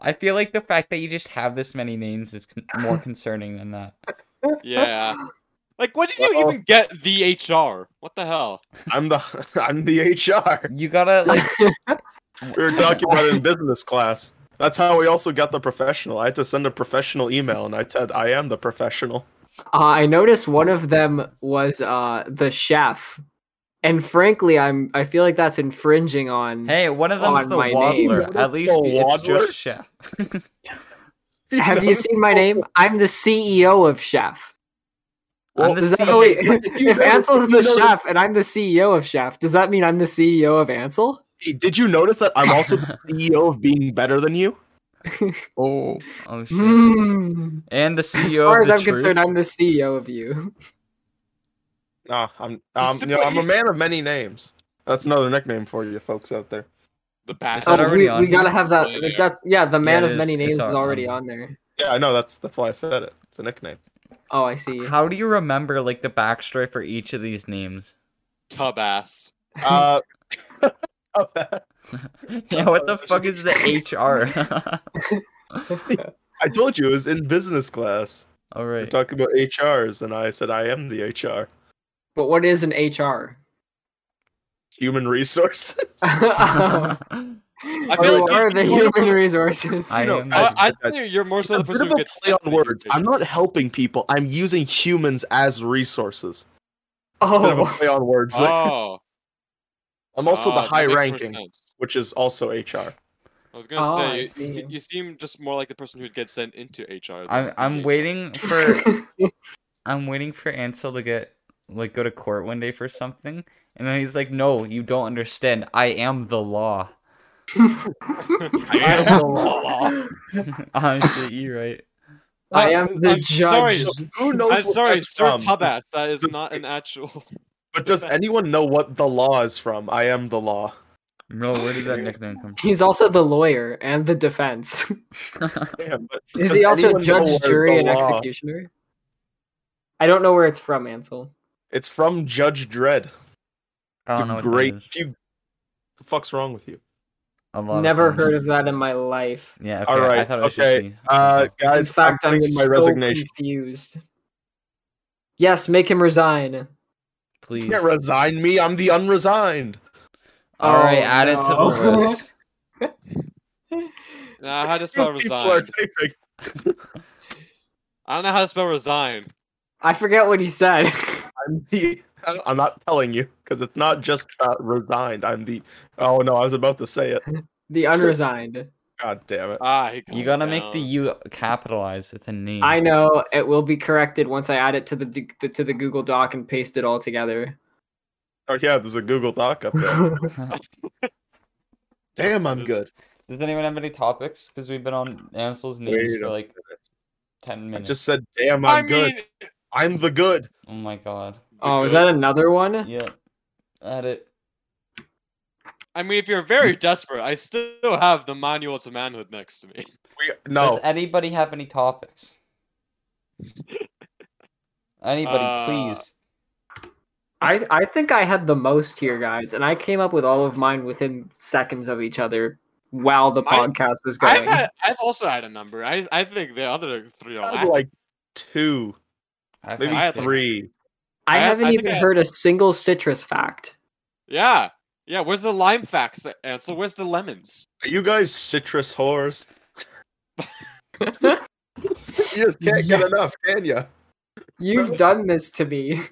Speaker 2: I feel like the fact that you just have this many names is con- more concerning than that.
Speaker 4: Yeah. Like, what did you
Speaker 1: Uh-oh.
Speaker 4: even get the HR? What the hell?
Speaker 1: I'm the I'm the HR.
Speaker 2: You gotta like
Speaker 1: We were talking about it in business class. That's how we also got the professional. I had to send a professional email, and I said, "I am the professional."
Speaker 3: Uh, I noticed one of them was uh, the chef, and frankly, I'm I feel like that's infringing on.
Speaker 2: Hey, one of them's
Speaker 3: On
Speaker 2: the
Speaker 3: my name.
Speaker 2: waddler.
Speaker 1: What
Speaker 2: At
Speaker 1: is
Speaker 2: least
Speaker 1: the
Speaker 2: it's
Speaker 1: waddler?
Speaker 2: just chef.
Speaker 3: Have you seen my name? I'm the CEO of Chef.
Speaker 2: I'm the E
Speaker 3: Does that,
Speaker 2: CEO.
Speaker 3: Oh, wait,
Speaker 1: if you
Speaker 3: if
Speaker 1: notice-
Speaker 3: Ansel's
Speaker 1: if you
Speaker 3: the
Speaker 1: notice-
Speaker 3: chef and I'm the CEO of Chef, does that mean I'm the CEO of Ansel?
Speaker 1: Hey, Did you notice that I'm also the CEO of being better than you?
Speaker 5: Oh,
Speaker 2: Oh shit.
Speaker 3: Hmm.
Speaker 2: And the
Speaker 3: As
Speaker 2: CEO.
Speaker 3: far
Speaker 2: E of
Speaker 3: as
Speaker 2: the
Speaker 3: I'm
Speaker 2: truth.
Speaker 3: concerned, I'm the CEO of you.
Speaker 1: Ah, I'm um, you know, I'm a man of many names. That's another nickname for you folks out there.
Speaker 4: The past.
Speaker 2: that
Speaker 3: Oh,
Speaker 2: already
Speaker 3: we,
Speaker 2: on
Speaker 3: we
Speaker 2: here?
Speaker 3: gotta have
Speaker 4: Yeah,
Speaker 3: that.
Speaker 4: it is.
Speaker 3: That's yeah. The man
Speaker 2: it
Speaker 3: of
Speaker 2: is.
Speaker 3: many
Speaker 2: It's
Speaker 3: names is
Speaker 2: on-
Speaker 3: already
Speaker 2: on-
Speaker 3: on there.
Speaker 1: Yeah, I know. That's that's why I said it. It's a nickname.
Speaker 3: Oh, I see.
Speaker 2: How do you remember like the backstory for each of these names?
Speaker 4: Tub ass.
Speaker 1: Uh,
Speaker 2: yeah, what the fuck is the HR?
Speaker 1: I told you it was in business class.
Speaker 2: All
Speaker 1: We're
Speaker 2: right.
Speaker 1: talking about HRs, and I said I am the HR,
Speaker 3: But what is an HR?
Speaker 1: human resources.
Speaker 3: Oh.
Speaker 4: I
Speaker 3: Or
Speaker 4: feel like
Speaker 3: what
Speaker 4: you-
Speaker 3: are the
Speaker 4: you wanna put-
Speaker 3: human resources?
Speaker 2: I
Speaker 1: You know,
Speaker 2: am-
Speaker 1: guys,
Speaker 4: I, I
Speaker 1: guys,
Speaker 4: think you're more so the
Speaker 1: it's a
Speaker 4: person
Speaker 1: bit of
Speaker 4: who
Speaker 1: a
Speaker 4: gets
Speaker 1: play
Speaker 4: sent to
Speaker 1: on
Speaker 4: the
Speaker 1: words. I'm
Speaker 4: picture.
Speaker 1: not helping people. I'm using humans as resources. It's a bit of a
Speaker 3: Oh,
Speaker 1: play on words.
Speaker 4: Oh.
Speaker 1: I'm also
Speaker 4: oh,
Speaker 1: the
Speaker 4: that
Speaker 1: high
Speaker 4: makes more
Speaker 1: ranking,
Speaker 4: sense.
Speaker 1: which is also HR.
Speaker 4: I was gonna
Speaker 3: Oh, I
Speaker 4: say you,
Speaker 3: see.
Speaker 4: you, se- you seem just more like the person who'd get sent into HR. than
Speaker 2: I'm
Speaker 4: the
Speaker 2: I'm
Speaker 4: HR.
Speaker 2: waiting for I'm waiting for Ansel to get like go to court one day for something, and then he's like, "No, you don't understand. I am the law."
Speaker 4: I am the law.
Speaker 2: Honestly, you right.
Speaker 3: I
Speaker 4: Uh,
Speaker 3: am the
Speaker 4: I'm sorry.
Speaker 3: judge.
Speaker 1: Who knows?
Speaker 4: I'm
Speaker 1: what
Speaker 4: sorry,
Speaker 1: that's
Speaker 4: Sir
Speaker 1: from?
Speaker 4: Tubass. That is not an actual.
Speaker 1: But does
Speaker 4: That's-
Speaker 1: anyone know what the law is from? I am the law.
Speaker 2: No, where did that nickname come
Speaker 3: He's also the lawyer and the defense.
Speaker 2: from?
Speaker 1: Damn, but
Speaker 3: Is
Speaker 1: does
Speaker 3: he also
Speaker 1: anyone know where
Speaker 3: judge,
Speaker 1: the
Speaker 3: jury, and
Speaker 1: law-
Speaker 3: executioner? I don't know where it's from, Ansel.
Speaker 1: It's from Judge Dredd.
Speaker 2: I
Speaker 1: It's
Speaker 2: don't
Speaker 1: a
Speaker 2: know. what that
Speaker 1: great.
Speaker 2: is.
Speaker 1: Few... The fuck's wrong with you?
Speaker 2: A lot of
Speaker 3: Never
Speaker 2: things.
Speaker 3: heard of that in my life.
Speaker 2: Yeah. Okay.
Speaker 1: All
Speaker 2: I
Speaker 1: right,
Speaker 2: thought it was
Speaker 1: okay,
Speaker 2: just me.
Speaker 1: Uh,
Speaker 3: In
Speaker 1: guys,
Speaker 3: fact,
Speaker 1: I'm
Speaker 3: I'm
Speaker 1: putting my
Speaker 3: so
Speaker 1: resignation.
Speaker 3: confused. Yes, make him resign.
Speaker 2: Please.
Speaker 1: You can't resign me. I'm the unresigned.
Speaker 2: All right,
Speaker 3: Oh,
Speaker 2: add it to the
Speaker 3: no.
Speaker 2: list.
Speaker 4: Nah, how
Speaker 1: Two
Speaker 4: to spell
Speaker 1: people are
Speaker 4: resign?
Speaker 1: typing.
Speaker 4: I don't know how to spell resign.
Speaker 3: I forget what he said.
Speaker 1: I'm the. I'm not telling you because it's not just uh, resigned. I'm the. Oh no, I was about to say it.
Speaker 3: the unresigned.
Speaker 1: God damn it.
Speaker 4: Ah, he
Speaker 2: You
Speaker 4: calmed
Speaker 2: gotta make the
Speaker 4: down.
Speaker 2: U capitalized with a name.
Speaker 3: I know it will be corrected once I add it to the d- to the Google Doc and paste it all together. Oh,
Speaker 1: Oh yeah, there's a Google Doc up there. Damn, I'm good.
Speaker 2: Does anyone have any topics? Because we've been on Ansel's names
Speaker 1: Wait
Speaker 2: for
Speaker 1: a
Speaker 2: like ten
Speaker 1: I
Speaker 2: minutes.
Speaker 1: just said, damn,
Speaker 4: I
Speaker 1: I'm good.
Speaker 4: mean,
Speaker 1: I'm the good.
Speaker 2: Oh my god.
Speaker 3: oh,
Speaker 4: good.
Speaker 3: is that another one?
Speaker 2: Yeah. Add it.
Speaker 4: I mean, if you're very desperate, I still have the manual to manhood next to me.
Speaker 1: We
Speaker 2: Does
Speaker 1: no.
Speaker 2: anybody have any topics? Anybody,
Speaker 4: Uh,
Speaker 2: please.
Speaker 3: I I think I had the most here, guys, and I came up with all of mine within seconds of each other while the
Speaker 4: Mine-
Speaker 3: podcast was
Speaker 4: I've,
Speaker 3: going.
Speaker 4: had, I've also had a number. I, I think the other three
Speaker 1: I
Speaker 4: are lacking.
Speaker 1: had like two,
Speaker 2: I've
Speaker 1: maybe
Speaker 2: had
Speaker 4: had
Speaker 2: six.
Speaker 1: three.
Speaker 3: I,
Speaker 4: I-
Speaker 3: haven't
Speaker 4: I think
Speaker 3: even
Speaker 4: I-
Speaker 3: heard a single citrus fact.
Speaker 4: Yeah. Yeah, where's the lime facts, Ansel? Where's the lemons?
Speaker 1: Are you guys citrus whores? You just can't get enough, can you?
Speaker 3: You've done this to me.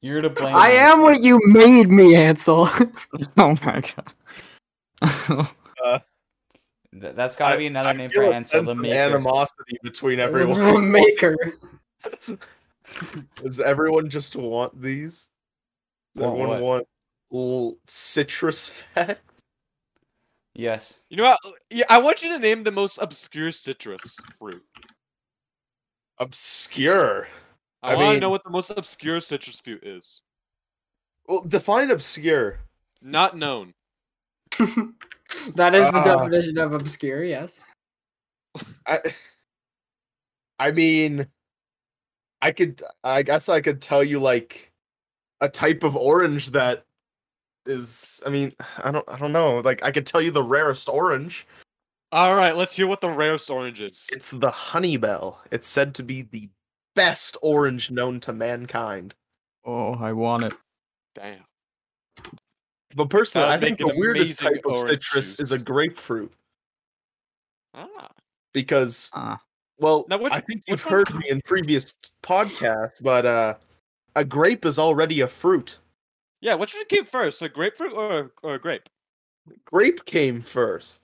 Speaker 2: You're to blame.
Speaker 3: I am what you made me, Ansel.
Speaker 5: oh my god.
Speaker 2: Th- that's gotta
Speaker 1: I-
Speaker 2: be another
Speaker 1: I
Speaker 2: name for
Speaker 1: feel a
Speaker 2: Ansel.
Speaker 1: sense
Speaker 2: The
Speaker 1: of
Speaker 2: maker.
Speaker 1: animosity between everyone.
Speaker 3: The maker.
Speaker 1: Does everyone just want these? Does
Speaker 2: Want
Speaker 1: everyone
Speaker 2: what?
Speaker 1: want l- citrus facts?
Speaker 2: Yes.
Speaker 4: You know what? Yeah, I want you to name the most obscure citrus fruit.
Speaker 1: Obscure.
Speaker 4: I,
Speaker 1: I
Speaker 4: want to
Speaker 1: mean-
Speaker 4: know what the most obscure citrus fruit is.
Speaker 1: Well, define obscure.
Speaker 4: Not known.
Speaker 3: That is the
Speaker 1: Ah.
Speaker 3: definition of obscure, yes.
Speaker 1: I, I mean, I could. I guess I could tell you like a type of orange that is. I mean, I don't. I don't know. Like I could tell you the rarest orange.
Speaker 4: All right, let's hear what the rarest orange is.
Speaker 1: It's the honeybell. It's said to be the best orange known to mankind.
Speaker 5: Oh, I want it.
Speaker 4: Damn.
Speaker 1: But personally,
Speaker 4: That
Speaker 1: I
Speaker 4: would
Speaker 1: think
Speaker 4: make
Speaker 1: the
Speaker 4: an
Speaker 1: weirdest
Speaker 4: amazing
Speaker 1: type of
Speaker 4: orange
Speaker 1: citrus is a
Speaker 4: juice.
Speaker 1: grapefruit
Speaker 4: Ah.
Speaker 1: because,
Speaker 5: Ah.
Speaker 1: well,
Speaker 4: Now, which-
Speaker 1: I think
Speaker 4: which
Speaker 1: you've
Speaker 4: one
Speaker 1: heard
Speaker 4: co-
Speaker 1: me in previous podcasts, but uh, a grape is already a fruit.
Speaker 4: Yeah, what should we keep first? A grapefruit or or a grape?
Speaker 1: Grape came first.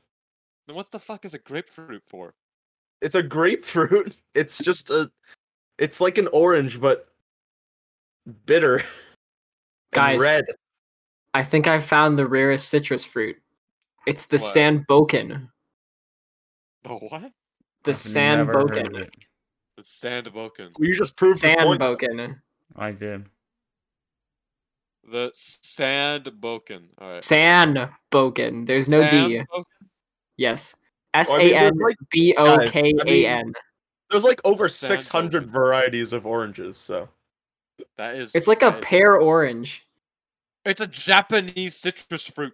Speaker 4: Then what the fuck is a grapefruit for?
Speaker 1: It's a grapefruit. It's just a. It's like an orange, but bitter. and
Speaker 3: Guys,
Speaker 1: red.
Speaker 3: I think I found the rarest citrus fruit. It's the
Speaker 4: What?
Speaker 3: sambokin.
Speaker 4: The what?
Speaker 3: The
Speaker 2: I've never heard
Speaker 3: sambokin.
Speaker 2: of it.
Speaker 4: The sandboken.
Speaker 1: Well, you just proved this point.
Speaker 3: Sambokin.
Speaker 2: I did.
Speaker 4: The sandboken. All right.
Speaker 3: Sambokin. There's no D.
Speaker 4: Sandboken?
Speaker 3: Yes. S
Speaker 1: Well, I mean,
Speaker 3: A
Speaker 1: there's
Speaker 3: N
Speaker 1: like-
Speaker 3: B O K A N.
Speaker 1: There's like over
Speaker 4: Sand
Speaker 1: 600
Speaker 4: open.
Speaker 1: varieties of oranges, so
Speaker 4: That is.
Speaker 3: It's like a
Speaker 4: that is-
Speaker 3: pear orange.
Speaker 4: It's a Japanese citrus fruit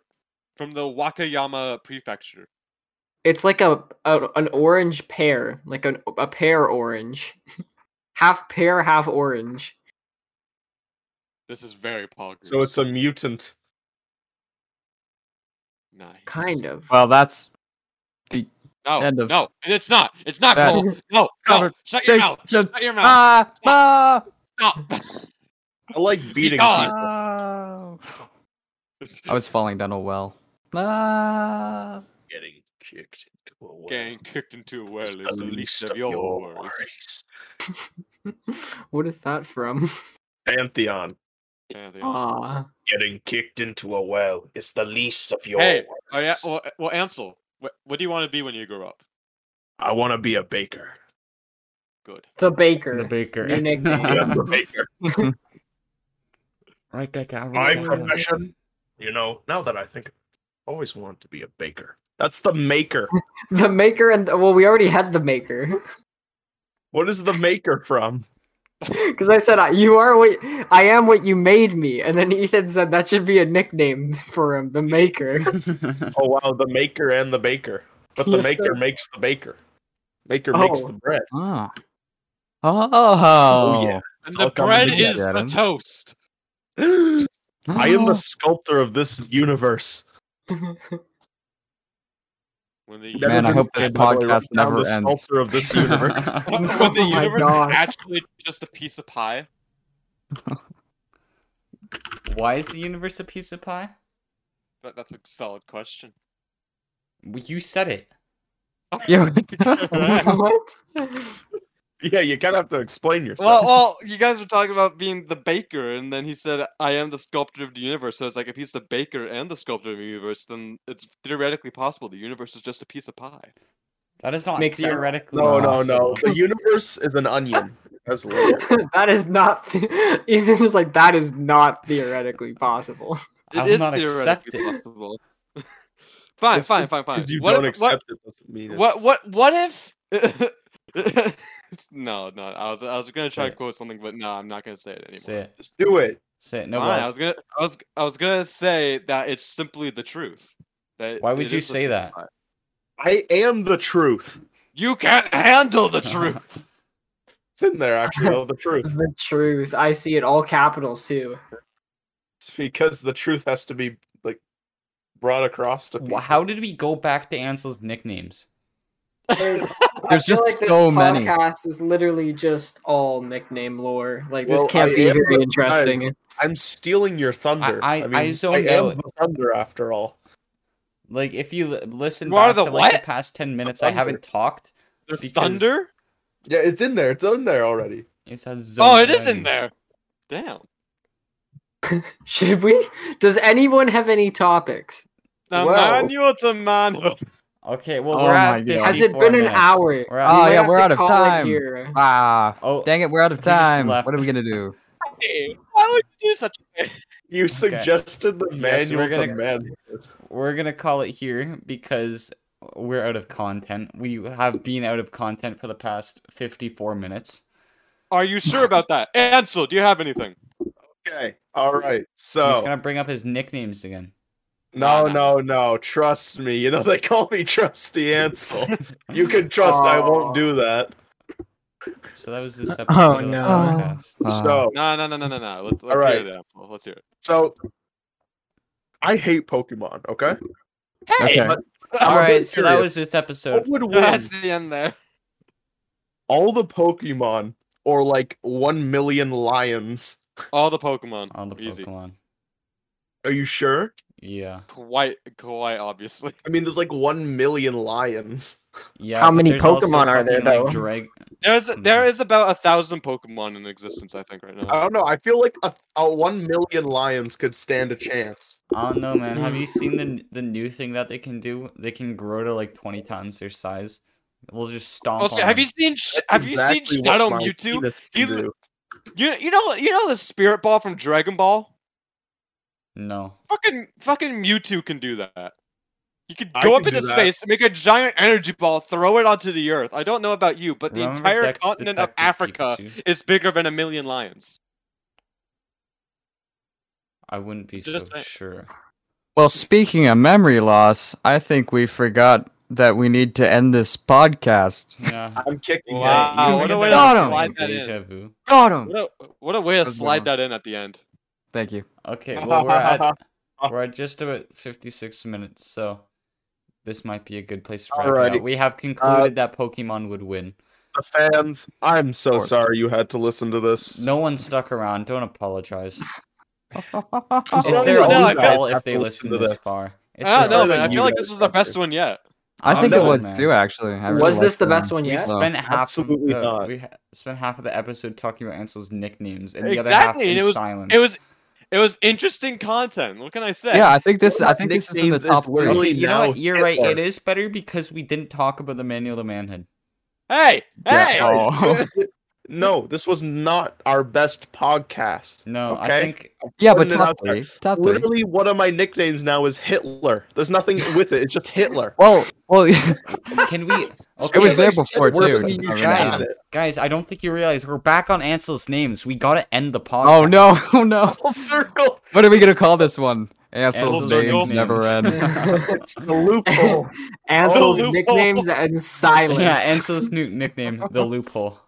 Speaker 4: from the Wakayama prefecture.
Speaker 3: It's like a, a an orange pear, like an, a pear orange, half pear, half orange.
Speaker 4: This is very poggers.
Speaker 1: so it's a mutant.
Speaker 4: nice.
Speaker 3: Kind of.
Speaker 5: Well, that's
Speaker 4: No,
Speaker 5: End of-
Speaker 4: no, it's not. It's not
Speaker 5: That-
Speaker 4: Cole. No, no.
Speaker 5: Cover-
Speaker 4: Shut your
Speaker 5: Say-
Speaker 4: mouth.
Speaker 5: just-
Speaker 4: Shut your mouth.
Speaker 5: ah, ah,
Speaker 4: Stop.
Speaker 1: I like beating
Speaker 4: God.
Speaker 1: people.
Speaker 5: ah. I was falling down a well. Ah.
Speaker 1: Getting kicked into a well.
Speaker 4: Getting kicked into a well is
Speaker 1: It's
Speaker 4: the least of your worries.
Speaker 3: what is that from?
Speaker 1: Pantheon.
Speaker 4: Yeah, they are.
Speaker 3: Ah,
Speaker 1: Getting kicked into a well is the least of your
Speaker 4: Hey,
Speaker 1: worries.
Speaker 4: Oh yeah. Well, well, Ansel, what, what do you want to be when you grow up?
Speaker 1: I want to be a baker.
Speaker 4: Good.
Speaker 3: the baker.
Speaker 2: The baker.
Speaker 3: New nickname.
Speaker 1: I am a baker.
Speaker 2: Like I got
Speaker 1: My
Speaker 2: rid of-
Speaker 1: profession, you know, now that I think, I always wanted to be a baker. That's the maker.
Speaker 3: The maker and well, we already had the maker
Speaker 1: What is the maker from?
Speaker 3: because I said I- you are what I am what you made me, and then Ethan said that should be a nickname for him, the maker.
Speaker 1: Oh wow, the maker and the baker. But the
Speaker 3: Yes,
Speaker 1: maker
Speaker 3: sir.
Speaker 1: makes the baker. Maker makes
Speaker 3: Oh.
Speaker 1: the bread.
Speaker 5: Oh. Oh.
Speaker 1: yeah.
Speaker 4: And
Speaker 1: It's
Speaker 4: the
Speaker 1: all coming
Speaker 4: bread
Speaker 1: together,
Speaker 4: is the
Speaker 5: Adam.
Speaker 4: toast.
Speaker 1: I am the sculptor of this universe.
Speaker 4: When the
Speaker 1: That
Speaker 5: Man,
Speaker 1: was
Speaker 5: I
Speaker 1: his
Speaker 5: hope this
Speaker 1: name, by the way, wrote
Speaker 5: podcast
Speaker 1: down,
Speaker 5: never
Speaker 1: the
Speaker 5: ends.
Speaker 1: Sculptor of this universe.
Speaker 4: when
Speaker 3: Oh
Speaker 4: the
Speaker 3: my
Speaker 4: universe
Speaker 3: God.
Speaker 4: is actually just a piece of pie.
Speaker 2: Why is the universe a piece of pie?
Speaker 4: That, that's a solid question.
Speaker 2: Well, You said it.
Speaker 5: Yeah.
Speaker 4: well,
Speaker 3: what?
Speaker 1: yeah, you kind of have to explain yourself.
Speaker 4: well, oh. you guys were talking about being the baker, and then he said, "I am the sculptor of the universe." So it's like if he's the baker and the sculptor of the universe, then it's theoretically possible the universe is just a piece of pie.
Speaker 2: That is not
Speaker 3: Makes sense.
Speaker 2: theoretically.
Speaker 1: no, no, no.
Speaker 2: possible.
Speaker 1: The universe is an onion. That's layers.
Speaker 3: that is not. The- Ethan's just like that is not theoretically possible.
Speaker 4: It
Speaker 2: I
Speaker 4: is
Speaker 2: will not accept
Speaker 4: theoretically
Speaker 2: it.
Speaker 4: possible. fine,
Speaker 1: Just
Speaker 4: fine, fine, fine.
Speaker 1: Because you
Speaker 4: What
Speaker 1: don't
Speaker 4: if- what-
Speaker 1: accept it doesn't mean it's-
Speaker 4: What what what if? no, no. I was I was gonna try
Speaker 2: Say
Speaker 4: to
Speaker 2: it.
Speaker 4: quote something, but no, I'm not gonna say it anymore.
Speaker 2: Say it.
Speaker 1: Just do it.
Speaker 2: Say it. No
Speaker 4: Fine, I
Speaker 2: balls.
Speaker 4: was gonna I was I was gonna say that it's simply the truth. That
Speaker 2: Why would
Speaker 4: it
Speaker 2: you
Speaker 4: is the
Speaker 2: say
Speaker 4: truth.
Speaker 2: that?
Speaker 1: I am the truth.
Speaker 4: You can't handle the truth.
Speaker 1: It's in there actually, though, the truth.
Speaker 3: the truth. I see it all capitals too.
Speaker 1: It's because the truth has to be like brought across to people.
Speaker 2: Wh- How did we go back to Ansel's nicknames?
Speaker 5: There's just so many.
Speaker 3: podcast is literally just all nickname lore. Like
Speaker 1: Well,
Speaker 3: this can't
Speaker 1: I
Speaker 3: be
Speaker 1: am
Speaker 3: very
Speaker 1: the-
Speaker 3: interesting.
Speaker 1: I'm stealing your thunder.
Speaker 2: I- I zoned
Speaker 1: am
Speaker 2: out.
Speaker 1: the thunder after all.
Speaker 2: Like, if you l- listen
Speaker 4: You are
Speaker 2: back
Speaker 4: the
Speaker 2: to like the
Speaker 4: what?
Speaker 2: past ten minutes,
Speaker 1: The
Speaker 2: I haven't talked.
Speaker 4: The
Speaker 2: Because-
Speaker 4: thunder?
Speaker 1: Yeah, it's in there. It's in there already.
Speaker 2: It's has
Speaker 4: Oh,
Speaker 2: zoned
Speaker 4: it is in
Speaker 2: in.
Speaker 4: there. Damn.
Speaker 3: Should we? Does anyone have any topics?
Speaker 1: Wow.
Speaker 4: Emmanuel to Mano.
Speaker 2: Okay, well,
Speaker 5: Oh
Speaker 2: we're
Speaker 5: my
Speaker 2: at
Speaker 5: God.
Speaker 3: Has it
Speaker 2: 54
Speaker 3: been an
Speaker 2: minutes.
Speaker 3: hour?
Speaker 2: We're
Speaker 5: Oh,
Speaker 2: at-
Speaker 5: yeah,
Speaker 3: have
Speaker 5: we're
Speaker 3: to
Speaker 5: out of
Speaker 3: call it
Speaker 5: time.
Speaker 3: here.
Speaker 5: Ah.
Speaker 2: Oh,
Speaker 5: Dang it, we're out of
Speaker 2: He just
Speaker 5: time.
Speaker 2: left.
Speaker 5: What are we gonna do?
Speaker 4: Hey, why would you do such a thing?
Speaker 1: You suggested the
Speaker 2: Yes, we're
Speaker 1: manual
Speaker 2: gonna-
Speaker 1: to man.
Speaker 2: we're gonna call it here because we're out of content. We have been out of content for the past fifty-four minutes.
Speaker 4: Are you sure about that? Ansel, do you have anything?
Speaker 1: Okay. All right.
Speaker 2: He's
Speaker 1: So
Speaker 2: gonna bring up his nicknames again.
Speaker 1: No,
Speaker 2: Nah,
Speaker 1: no, no. Trust me. You know they call me Trusty Ansel. you can trust I
Speaker 3: Aw.
Speaker 1: won't do that.
Speaker 2: So that was this episode.
Speaker 3: Oh,
Speaker 2: of the
Speaker 3: no.
Speaker 2: podcast.
Speaker 5: Uh,
Speaker 1: so,
Speaker 4: No, no, no, no, no, no. Let's, let's hear
Speaker 1: Alright.
Speaker 4: it, Apple. Let's hear it.
Speaker 1: so I hate Pokemon. Okay.
Speaker 5: okay.
Speaker 1: but-
Speaker 2: All
Speaker 3: Oh.
Speaker 1: I'm a bit
Speaker 2: right, so that
Speaker 1: curious.
Speaker 2: was this
Speaker 1: What
Speaker 2: episode.
Speaker 1: would win?
Speaker 4: That's the end there.
Speaker 1: All the Pokemon or like one million lions?
Speaker 4: All the Pokemon.
Speaker 2: On the
Speaker 4: Easy.
Speaker 2: Pokemon.
Speaker 1: Are you sure?
Speaker 2: Yeah.
Speaker 4: Quite, quite obviously.
Speaker 1: I mean, there's like one million lions.
Speaker 2: Yeah.
Speaker 3: How
Speaker 2: but
Speaker 3: many
Speaker 2: there's also
Speaker 3: Pokemon are there,
Speaker 2: fucking, like,
Speaker 3: though?
Speaker 2: drag-
Speaker 4: There's, there is about a thousand Pokemon in existence, I think, right now.
Speaker 1: I don't know. I feel like a, a one million lions could stand a chance.
Speaker 2: I don't know, man. Have you seen the n- the new thing that they can do? They can grow to like twenty times their size. We'll just stomp.
Speaker 4: Also,
Speaker 2: on
Speaker 4: have you
Speaker 2: them.
Speaker 4: seen? Sh-
Speaker 1: That's
Speaker 4: have you
Speaker 1: exactly
Speaker 4: seen
Speaker 1: what
Speaker 4: Shadow
Speaker 1: my
Speaker 4: Mewtwo?
Speaker 1: penis can
Speaker 4: You-
Speaker 1: do.
Speaker 4: You, you know, you know the Spirit Ball from Dragon Ball.
Speaker 2: No.
Speaker 4: Fucking, fucking Mewtwo can do that. You could
Speaker 1: I
Speaker 4: go up
Speaker 1: can do
Speaker 4: into
Speaker 1: that.
Speaker 4: space, make a giant energy ball, throw it onto the earth. I don't know about you, but the
Speaker 2: Remember
Speaker 4: entire
Speaker 2: Dec-
Speaker 4: continent of
Speaker 2: Detective
Speaker 4: Africa
Speaker 2: Pikachu?
Speaker 4: is bigger than a million lions.
Speaker 2: I wouldn't be
Speaker 4: Just
Speaker 2: so
Speaker 4: saying.
Speaker 2: sure.
Speaker 5: Well, speaking of memory loss, I think we forgot that we need to end this podcast.
Speaker 2: Yeah.
Speaker 1: I'm kicking
Speaker 4: Wow.
Speaker 1: it.
Speaker 2: yeah, you
Speaker 4: what a
Speaker 2: can
Speaker 4: way
Speaker 2: get
Speaker 5: to
Speaker 2: that
Speaker 5: slide
Speaker 2: feeling
Speaker 4: that in.
Speaker 2: deja vu.
Speaker 5: Got him.
Speaker 4: What a, what a way to
Speaker 5: That's a good
Speaker 4: slide
Speaker 5: one.
Speaker 4: that in at the end.
Speaker 5: Thank you.
Speaker 2: Okay, well we're at we're at just about fifty six minutes, so this might be a good place to wrap it
Speaker 1: Alrighty.
Speaker 2: up. We have concluded that Pokemon would win.
Speaker 1: the fans. I'm so
Speaker 5: Or-
Speaker 1: sorry you had to listen to this.
Speaker 2: No one stuck around. Don't apologize.
Speaker 1: I'm
Speaker 2: It's
Speaker 1: sorry
Speaker 2: their
Speaker 1: you
Speaker 2: own
Speaker 4: No,
Speaker 1: guys
Speaker 4: I feel-
Speaker 2: fault
Speaker 1: have
Speaker 2: if
Speaker 1: to
Speaker 2: they listen
Speaker 1: to
Speaker 2: this, far. It's
Speaker 4: I don't
Speaker 2: their
Speaker 4: know,
Speaker 1: better
Speaker 2: own
Speaker 4: man. I
Speaker 1: than
Speaker 4: feel
Speaker 1: you
Speaker 4: like
Speaker 1: guys
Speaker 4: this was the
Speaker 1: got there.
Speaker 4: best one yet.
Speaker 5: I
Speaker 2: I'm
Speaker 5: think it
Speaker 1: done,
Speaker 5: was
Speaker 2: man.
Speaker 5: too, actually. I really
Speaker 3: was this
Speaker 5: liked
Speaker 3: the
Speaker 5: that
Speaker 3: best
Speaker 5: one.
Speaker 3: one
Speaker 2: We
Speaker 3: yet?
Speaker 5: So-
Speaker 2: spent half
Speaker 1: absolutely
Speaker 2: of the,
Speaker 1: not.
Speaker 2: we ha- spent half of the episode talking about Ansel's nicknames, and the
Speaker 4: Exactly, and
Speaker 2: other half
Speaker 4: it
Speaker 2: in
Speaker 4: was-
Speaker 2: silence.
Speaker 4: It was, it was interesting content. What can I say?
Speaker 5: Yeah, I think this.
Speaker 1: One of
Speaker 5: I
Speaker 1: my
Speaker 5: think this is in the
Speaker 1: nicknames is
Speaker 5: top three.
Speaker 1: literally-
Speaker 2: Okay, you know
Speaker 1: now
Speaker 2: what? You're right.
Speaker 1: Hitler.
Speaker 2: It is better because we didn't talk about the manual to manhood.
Speaker 4: Hey,
Speaker 5: Yeah,
Speaker 4: hey.
Speaker 5: oh.
Speaker 1: no, this was not our best podcast.
Speaker 2: No, I
Speaker 1: Okay.
Speaker 2: think
Speaker 5: Yeah, but
Speaker 1: Putting it
Speaker 5: top
Speaker 1: out there.
Speaker 5: three. Top three.
Speaker 1: Literally, one of my nicknames now is Hitler. There's nothing with it. It's just Hitler.
Speaker 5: Well, well, yeah,
Speaker 2: can we? Okay,
Speaker 5: it was there
Speaker 1: Like, shit,
Speaker 5: before
Speaker 1: worse
Speaker 5: too.
Speaker 1: than
Speaker 5: it
Speaker 1: you
Speaker 5: doesn't really
Speaker 1: guys.
Speaker 5: matter.
Speaker 2: guys. I don't think you realize we're back on Ansel's names. We gotta end the podcast.
Speaker 5: Oh no! Oh no!
Speaker 1: Full circle.
Speaker 5: What are we gonna call this one? Ansel's
Speaker 4: Ansel's
Speaker 5: names
Speaker 4: names.
Speaker 5: never end.
Speaker 1: It's the loophole.
Speaker 3: Ansel's
Speaker 4: Oh, loophole.
Speaker 3: nicknames and silence.
Speaker 2: yeah, Ansel's new nickname, the loophole.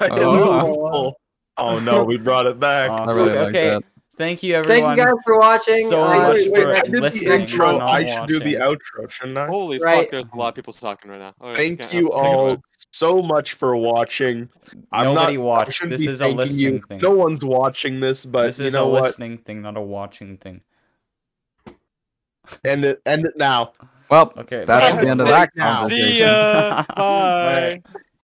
Speaker 1: I did the
Speaker 5: Oh.
Speaker 1: loophole. Oh no, we brought it back.
Speaker 2: Uh,
Speaker 5: I really like
Speaker 2: okay,
Speaker 5: that.
Speaker 2: thank you everyone.
Speaker 3: Thank you guys for watching.
Speaker 2: so
Speaker 3: Uh,
Speaker 2: much
Speaker 1: wait, wait,
Speaker 2: for
Speaker 1: I did the
Speaker 2: listening,
Speaker 1: intro.
Speaker 2: not
Speaker 1: I should do the
Speaker 2: watching.
Speaker 1: outro, shouldn't I?
Speaker 4: Holy
Speaker 3: Right.
Speaker 4: fuck! There's a lot of people talking right now. Alright,
Speaker 1: Thank
Speaker 4: can't-
Speaker 1: you
Speaker 4: I'm thinking about
Speaker 1: all
Speaker 4: it.
Speaker 1: so much for watching. I'm
Speaker 2: Nobody
Speaker 1: not, I
Speaker 2: watched.
Speaker 1: shouldn't
Speaker 2: This
Speaker 1: be
Speaker 2: is a
Speaker 1: thanking
Speaker 2: listening
Speaker 1: you.
Speaker 2: thing.
Speaker 1: No one's watching this, but
Speaker 2: this
Speaker 1: you
Speaker 2: is
Speaker 1: know
Speaker 2: a
Speaker 1: what?
Speaker 2: listening thing, not a watching thing.
Speaker 1: End it. End it now.
Speaker 5: Well,
Speaker 2: Okay.
Speaker 5: that's
Speaker 2: bye.
Speaker 5: the end of
Speaker 1: Right
Speaker 5: that
Speaker 1: now.
Speaker 5: conversation.
Speaker 4: See ya. Bye.